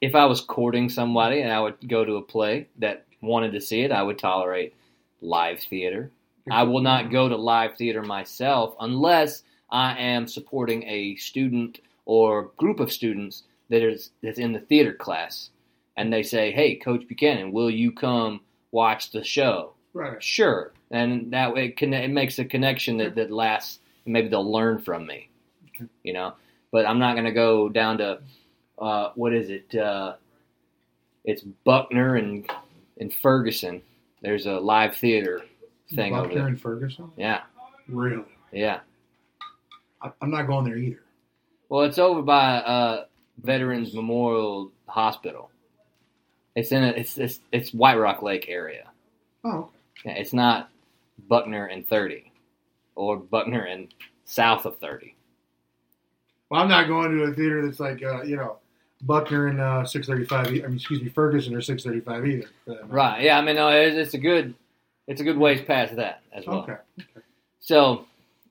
Speaker 1: If I was courting somebody and I would go to a play that wanted to see it, I would tolerate live theater. I will not go to live theater myself unless I am supporting a student or group of students that is that's in the theater class, and they say, "Hey, Coach Buchanan, will you come watch the show?"
Speaker 2: Right.
Speaker 1: Sure, and that way it, conne- it makes a connection that that lasts. And maybe they'll learn from me,
Speaker 2: Okay.
Speaker 1: you know. But I'm not going to go down to uh, what is it? Uh, it's Buckner and and Ferguson. There's a live theater thing over
Speaker 2: Buckner
Speaker 1: there.
Speaker 2: and Ferguson.
Speaker 1: Yeah.
Speaker 2: Really.
Speaker 1: Yeah.
Speaker 2: I, I'm not going there either.
Speaker 1: Well, it's over by uh, Veterans Memorial Hospital. It's in a, it's, it's it's White Rock Lake area.
Speaker 2: Oh,
Speaker 1: Yeah, it's not Buckner and Thirty, or Buckner and South of Thirty.
Speaker 2: well, I'm not going to a theater that's like uh, you know Buckner and uh, 635. e- I mean, excuse me, Ferguson or 635 either. for that matter.
Speaker 1: Right. Yeah. I mean, no, it's, it's a good it's a good ways past that as well.
Speaker 2: Okay.
Speaker 1: So,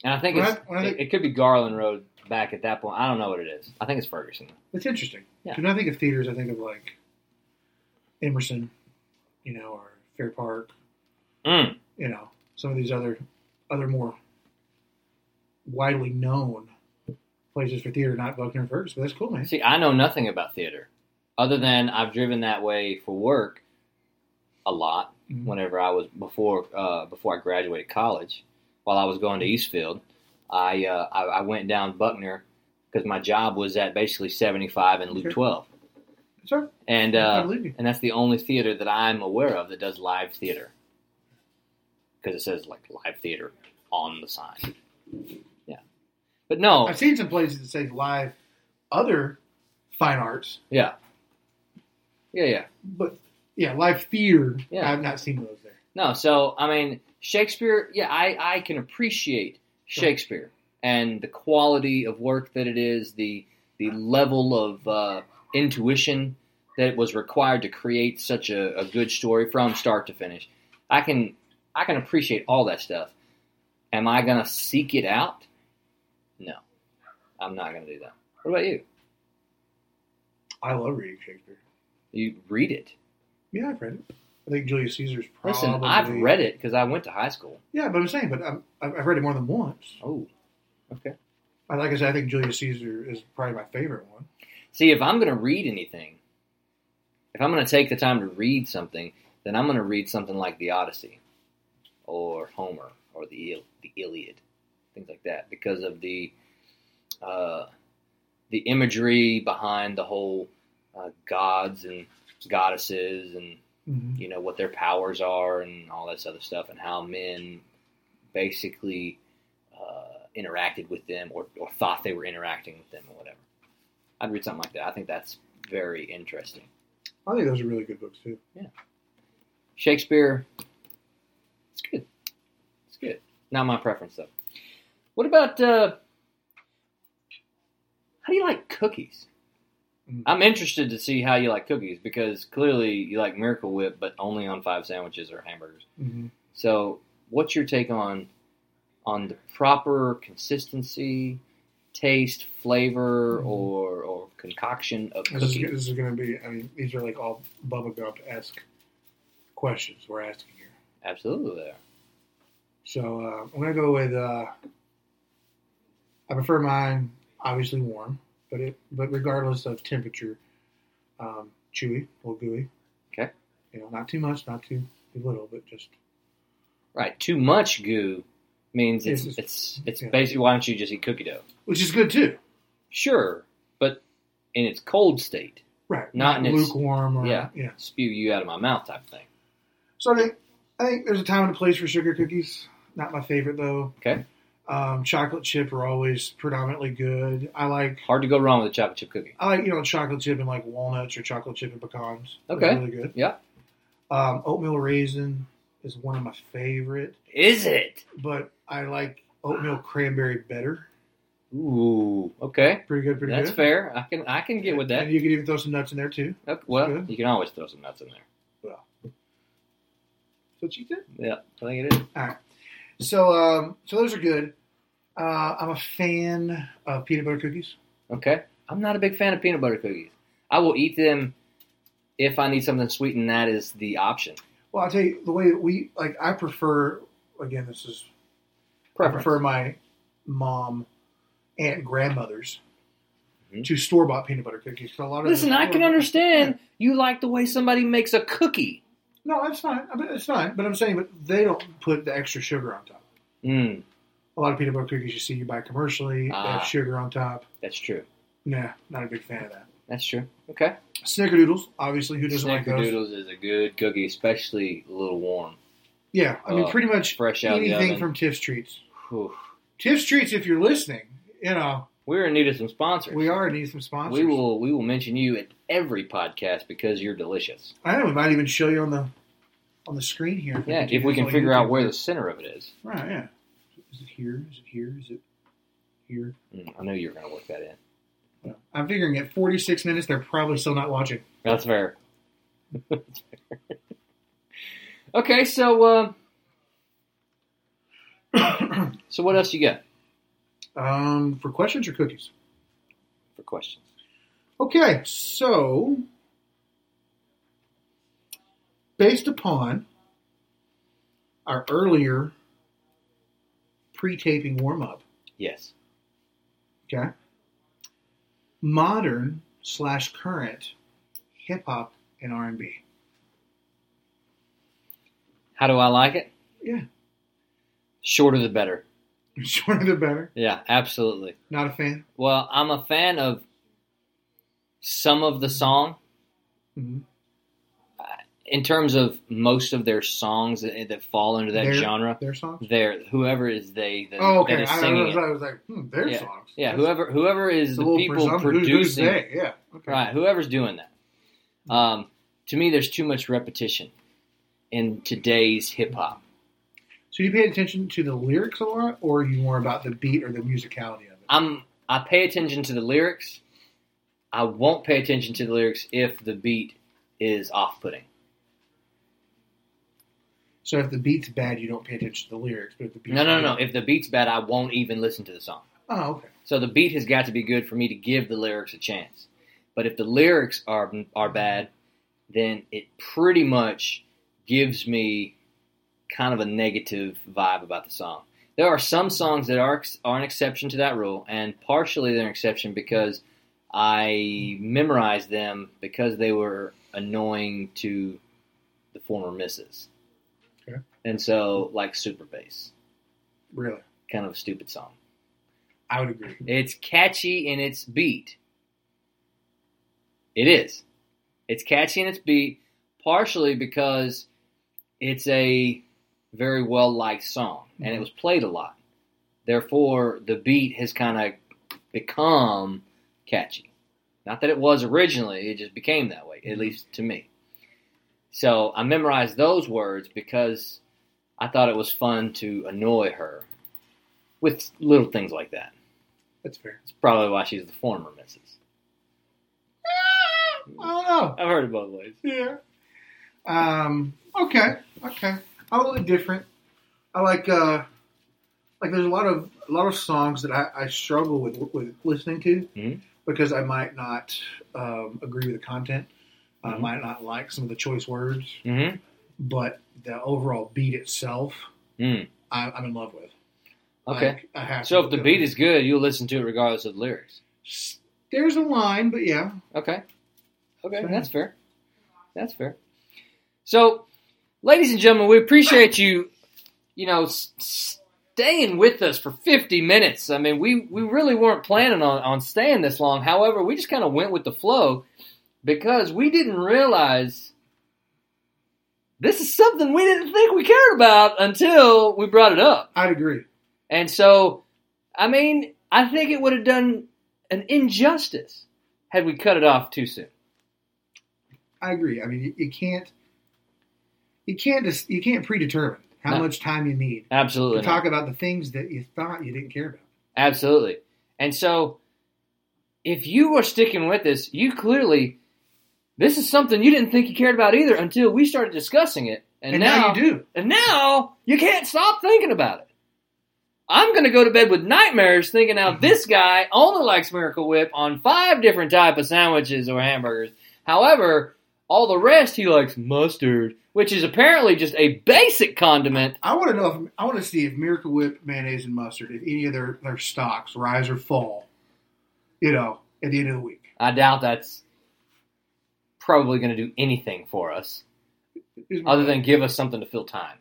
Speaker 1: and I think
Speaker 2: When
Speaker 1: it's,
Speaker 2: I- when I
Speaker 1: it,
Speaker 2: think-
Speaker 1: it could be Garland Road back at that point. I don't know what it is. I think it's Ferguson.
Speaker 2: It's interesting.
Speaker 1: Yeah.
Speaker 2: 'Cause When I think of theaters, I think of like Emerson, you know, or Fair Park,
Speaker 1: Mm.
Speaker 2: you know, some of these other, other more widely known places for theater, not Buckner and Ferguson. But that's cool, man.
Speaker 1: See, I know nothing about theater, other than I've driven that way for work a lot.
Speaker 2: Mm-hmm.
Speaker 1: Mm-hmm. whenever I was before uh, before I graduated college, while I was going to Eastfield, I uh, I, I went down Buckner because my job was at basically 75 and Loop
Speaker 2: Okay.
Speaker 1: 12,
Speaker 2: Sure,
Speaker 1: and
Speaker 2: I
Speaker 1: uh,
Speaker 2: believe you.
Speaker 1: and that's the only theater that I'm aware of that does live theater because it says like live theater on the sign. Yeah, but no,
Speaker 2: I've seen some places that say live other fine arts,
Speaker 1: yeah, yeah, yeah.
Speaker 2: but yeah, live theater.
Speaker 1: Yeah.
Speaker 2: I've not seen those there.
Speaker 1: No, so I mean Shakespeare. Yeah, I I can appreciate Shakespeare and the quality of work that it is, the the level of uh, intuition that was required to create such a, a good story from start to finish. I can I can appreciate all that stuff. Am I gonna seek it out? No, I'm not gonna do that. What about you?
Speaker 2: I love reading Shakespeare.
Speaker 1: You read it.
Speaker 2: Yeah, I've read it. I think Julius Caesar's probably.
Speaker 1: Listen, I've read it because I went to high school.
Speaker 2: Yeah, but I'm saying, but I'm, I've I've read it more than once.
Speaker 1: Oh,
Speaker 2: I- Like I said, I think Julius Caesar is probably my favorite one.
Speaker 1: See, if I'm going to read anything, if I'm going to take the time to read something, then I'm going to read something like the Odyssey, or Homer, or the Il- the Iliad, things like that, because of the uh, the imagery behind the whole uh, gods and goddesses, and you know what their powers are, and all this other stuff, and how men basically uh, interacted with them, or, or thought they were interacting with them, or whatever. I'd read something like that. I think that's very interesting.
Speaker 2: I think those are really good books too.
Speaker 1: Shakespeare, it's good. It's good. Not my preference though. What about uh, how do you like cookies?
Speaker 2: Mm.
Speaker 1: I'm interested to see how you like cookies because clearly you like Miracle Whip, but only on five sandwiches or hamburgers.
Speaker 2: Mm-hmm.
Speaker 1: So, what's your take on on the proper consistency, taste, flavor,
Speaker 2: Mhm.
Speaker 1: or or concoction of
Speaker 2: This, is,
Speaker 1: cookies?
Speaker 2: this is going to be. I mean, these are like all Bubba Gump esque questions we're asking here.
Speaker 1: Absolutely, there.
Speaker 2: So uh, I'm going to go with. Uh, I prefer mine obviously warm, but it but regardless of temperature, um, chewy, a little gooey.
Speaker 1: Okay.
Speaker 2: You know, not too much, not too, too little, but just
Speaker 1: Right. Too much goo means it's
Speaker 2: Yes,
Speaker 1: it's it's,
Speaker 2: yeah.
Speaker 1: basically why don't you just eat cookie dough?
Speaker 2: which is good too.
Speaker 1: Sure, but in its cold state,
Speaker 2: Right.
Speaker 1: Not in its-
Speaker 2: lukewarm or
Speaker 1: yeah.
Speaker 2: yeah.
Speaker 1: spew you out of my mouth type thing.
Speaker 2: So I think, I think there's a time and a place for sugar cookies. Not my favorite though.
Speaker 1: Okay.
Speaker 2: Um, chocolate chip are always predominantly good. I like
Speaker 1: Hard to go wrong with a chocolate chip cookie.
Speaker 2: I like you know chocolate chip and like walnuts or chocolate chip and pecans. Those are
Speaker 1: Okay.
Speaker 2: Really good.
Speaker 1: Yeah.
Speaker 2: Um, oatmeal raisin is one of my favorite,
Speaker 1: Is it?
Speaker 2: but I like oatmeal cranberry better.
Speaker 1: Ooh, okay,
Speaker 2: Pretty good, pretty
Speaker 1: that's
Speaker 2: good.
Speaker 1: fair. I can I can get with that.
Speaker 2: And you could even throw some nuts in there too.
Speaker 1: Okay, well,
Speaker 2: good.
Speaker 1: you can always throw some nuts in there.
Speaker 2: That's what you did.
Speaker 1: Yeah, I think it is.
Speaker 2: So, um, so those are good. Uh, I'm a fan of peanut butter cookies.
Speaker 1: Okay, I'm not a big fan of peanut butter cookies. I will eat them if I need something sweet, and that is the option.
Speaker 2: Well, I'll tell you the way that we like. I prefer. Again, this is I prefer my mom, aunt, and grandmothers
Speaker 1: Mhm.
Speaker 2: to store bought peanut butter cookies. So a lot of
Speaker 1: Listen,
Speaker 2: the-
Speaker 1: I can understand you like the way somebody makes a cookie.
Speaker 2: No, that's fine. I mean, it's fine. But I'm saying, but they don't put the extra sugar on top.
Speaker 1: Mm,
Speaker 2: A lot of peanut butter cookies you see you buy commercially they
Speaker 1: Ah.
Speaker 2: have sugar on top.
Speaker 1: that's true.
Speaker 2: Nah, not a big fan of that.
Speaker 1: That's true. Okay.
Speaker 2: Snickerdoodles, obviously, who doesn't like those?
Speaker 1: Snickerdoodles is a good cookie, especially a little warm,
Speaker 2: Yeah, I mean,
Speaker 1: Oh,
Speaker 2: pretty much
Speaker 1: fresh out of the
Speaker 2: anything
Speaker 1: oven.
Speaker 2: from Tiff's Treats.
Speaker 1: Whew.
Speaker 2: Tiff's Treats, if you're listening, you know
Speaker 1: We're in need of some sponsors.
Speaker 2: we are need some sponsors.
Speaker 1: We will. We will mention you at every podcast because you're delicious.
Speaker 2: I know we might even show you on the on the screen here.
Speaker 1: Yeah,
Speaker 2: do
Speaker 1: if we
Speaker 2: this
Speaker 1: can
Speaker 2: on
Speaker 1: figure out
Speaker 2: YouTube.
Speaker 1: where the center of it is.
Speaker 2: Right, yeah. Is it here? Is it here? Is it here?
Speaker 1: Mm, I know you're going to work that in.
Speaker 2: No. I'm figuring at 46 minutes, they're probably still not watching. *coughs*
Speaker 1: That's fair. *laughs* okay, so uh, so what else you got
Speaker 2: um, for questions or cookies?
Speaker 1: for questions?
Speaker 2: Okay, so based upon our earlier pre-taping warm-up,
Speaker 1: Yes.
Speaker 2: okay, modern slash current hip hop and R and B. *laughs*
Speaker 1: How do I like it?
Speaker 2: Yeah,
Speaker 1: Shorter the better.
Speaker 2: shorter the better.
Speaker 1: Yeah, absolutely.
Speaker 2: Not a fan.
Speaker 1: Well, I'm a fan of some of the song
Speaker 2: Mhm.
Speaker 1: in terms of most of their songs that, that fall under that
Speaker 2: Their-
Speaker 1: genre.
Speaker 2: Their songs.
Speaker 1: There, whoever is they that,
Speaker 2: Oh, okay.
Speaker 1: that is
Speaker 2: I, I,
Speaker 1: singing
Speaker 2: was,
Speaker 1: it.
Speaker 2: I was like, hmm, their songs.
Speaker 1: Yeah,
Speaker 2: That's-
Speaker 1: whoever whoever is
Speaker 2: that's
Speaker 1: the
Speaker 2: a little
Speaker 1: people
Speaker 2: presumptuous. Who's- who's
Speaker 1: producing
Speaker 2: they? Yeah. Okay.
Speaker 1: Right, whoever's doing that. Um, to me, there's too much repetition in today's hip hop.
Speaker 2: So you pay attention to the lyrics a lot, or are you more about the beat or the musicality of it?
Speaker 1: I'm I pay attention to the lyrics. I won't pay attention to the lyrics if the beat is off putting.
Speaker 2: So if the beat's bad, you don't pay attention to the lyrics, but if the beat.
Speaker 1: No, no, no. If the beat's bad, I won't even listen to the song.
Speaker 2: Oh, okay.
Speaker 1: So the beat has got to be good for me to give the lyrics a chance. But if the lyrics are are bad, then it pretty much gives me kind of a negative vibe about the song. There are some songs that are are an exception to that rule, and partially they're an exception because I memorized them because they were annoying to the former misses.
Speaker 2: Okay.
Speaker 1: And so, like Super Bass,
Speaker 2: Really,
Speaker 1: kind of a stupid song.
Speaker 2: I would agree.
Speaker 1: *laughs* It's catchy in its beat. It is. It's catchy in its beat, partially because it's a very well liked song and it was played a lot. Therefore, the beat has kind of become catchy. Not that it was originally, it just became that way, at least to me. So I memorized those words because I thought it was fun to annoy her with little things like that.
Speaker 2: That's fair.
Speaker 1: It's probably why she's the former Mrs.
Speaker 2: I don't know.
Speaker 1: I've heard it both ways.
Speaker 2: Yeah. Um. Okay. Okay. I'm a little different. I like uh, like there's a lot of a lot of songs that I, I struggle with with listening to
Speaker 1: Mhm.
Speaker 2: because I might not um, agree with the content. I
Speaker 1: Mhm.
Speaker 2: might not like some of the choice words,
Speaker 1: Mm-hmm.
Speaker 2: but the overall beat itself,
Speaker 1: Mm.
Speaker 2: I, I'm in love with.
Speaker 1: Okay.
Speaker 2: Like, I have
Speaker 1: so
Speaker 2: to
Speaker 1: if the
Speaker 2: go.
Speaker 1: beat is good, you'll listen to it regardless of the lyrics.
Speaker 2: there's a line, but yeah,
Speaker 1: Okay. Okay,
Speaker 2: Fair.
Speaker 1: that's fair. That's fair. So, ladies and gentlemen, we appreciate you, you know, s- s- staying with us for 50 minutes. I mean, we, we really weren't planning on, on staying this long. However, we just kind of went with the flow because we didn't realize this is something we didn't think we cared about until we brought it up.
Speaker 2: I'd agree.
Speaker 1: And so, I mean, I think it would have done an injustice had we cut it off too soon.
Speaker 2: I agree. I mean, you, you can't, you can't, dis- you can't predetermine. how
Speaker 1: No.
Speaker 2: much time you need
Speaker 1: Absolutely.
Speaker 2: to
Speaker 1: not.
Speaker 2: talk about the things that you thought you didn't care about.
Speaker 1: Absolutely. And so, if you are sticking with this, you clearly, this is something you didn't think you cared about either until we started discussing it. And,
Speaker 2: And, now, you do.
Speaker 1: And now you can't stop thinking about it. I'm going to go to bed with nightmares thinking how
Speaker 2: Mm-hmm.
Speaker 1: this guy only likes Miracle Whip on five different type of sandwiches or hamburgers. However, all the rest he likes mustard, which is apparently just a basic condiment.
Speaker 2: I want to know if I want to see if Miracle Whip mayonnaise and mustard, if any of their, their stocks rise or fall, you know, at the end of the week.
Speaker 1: I doubt that's probably going to do anything for us
Speaker 2: It's more-
Speaker 1: other than give us something to fill time.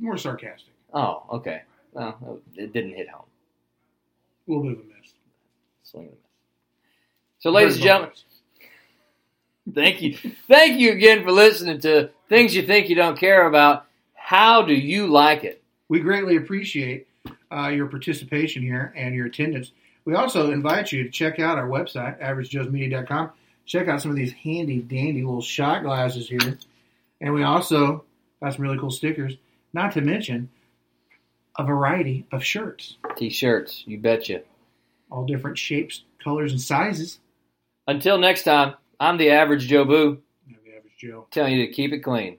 Speaker 2: more sarcastic,
Speaker 1: Oh, okay. Well, it didn't hit home.
Speaker 2: a little bit of a mess.
Speaker 1: Swing and a miss. So, ladies and
Speaker 2: Very
Speaker 1: gentlemen, *laughs* Thank you. Thank you again for listening to Things You Think You Don't Care About. How do you like it?
Speaker 2: We greatly appreciate uh, your participation here and your attendance. We also invite you to check out our website, averagejoesmedia.com. Check out some of these handy dandy little shot glasses here. And we also got some really cool stickers, not to mention a variety of shirts,
Speaker 1: T shirts, you betcha.
Speaker 2: all different shapes, colors, and sizes.
Speaker 1: Until next time, I'm the average Joe Boo,
Speaker 2: You know, the average Joe.
Speaker 1: telling you to keep it clean.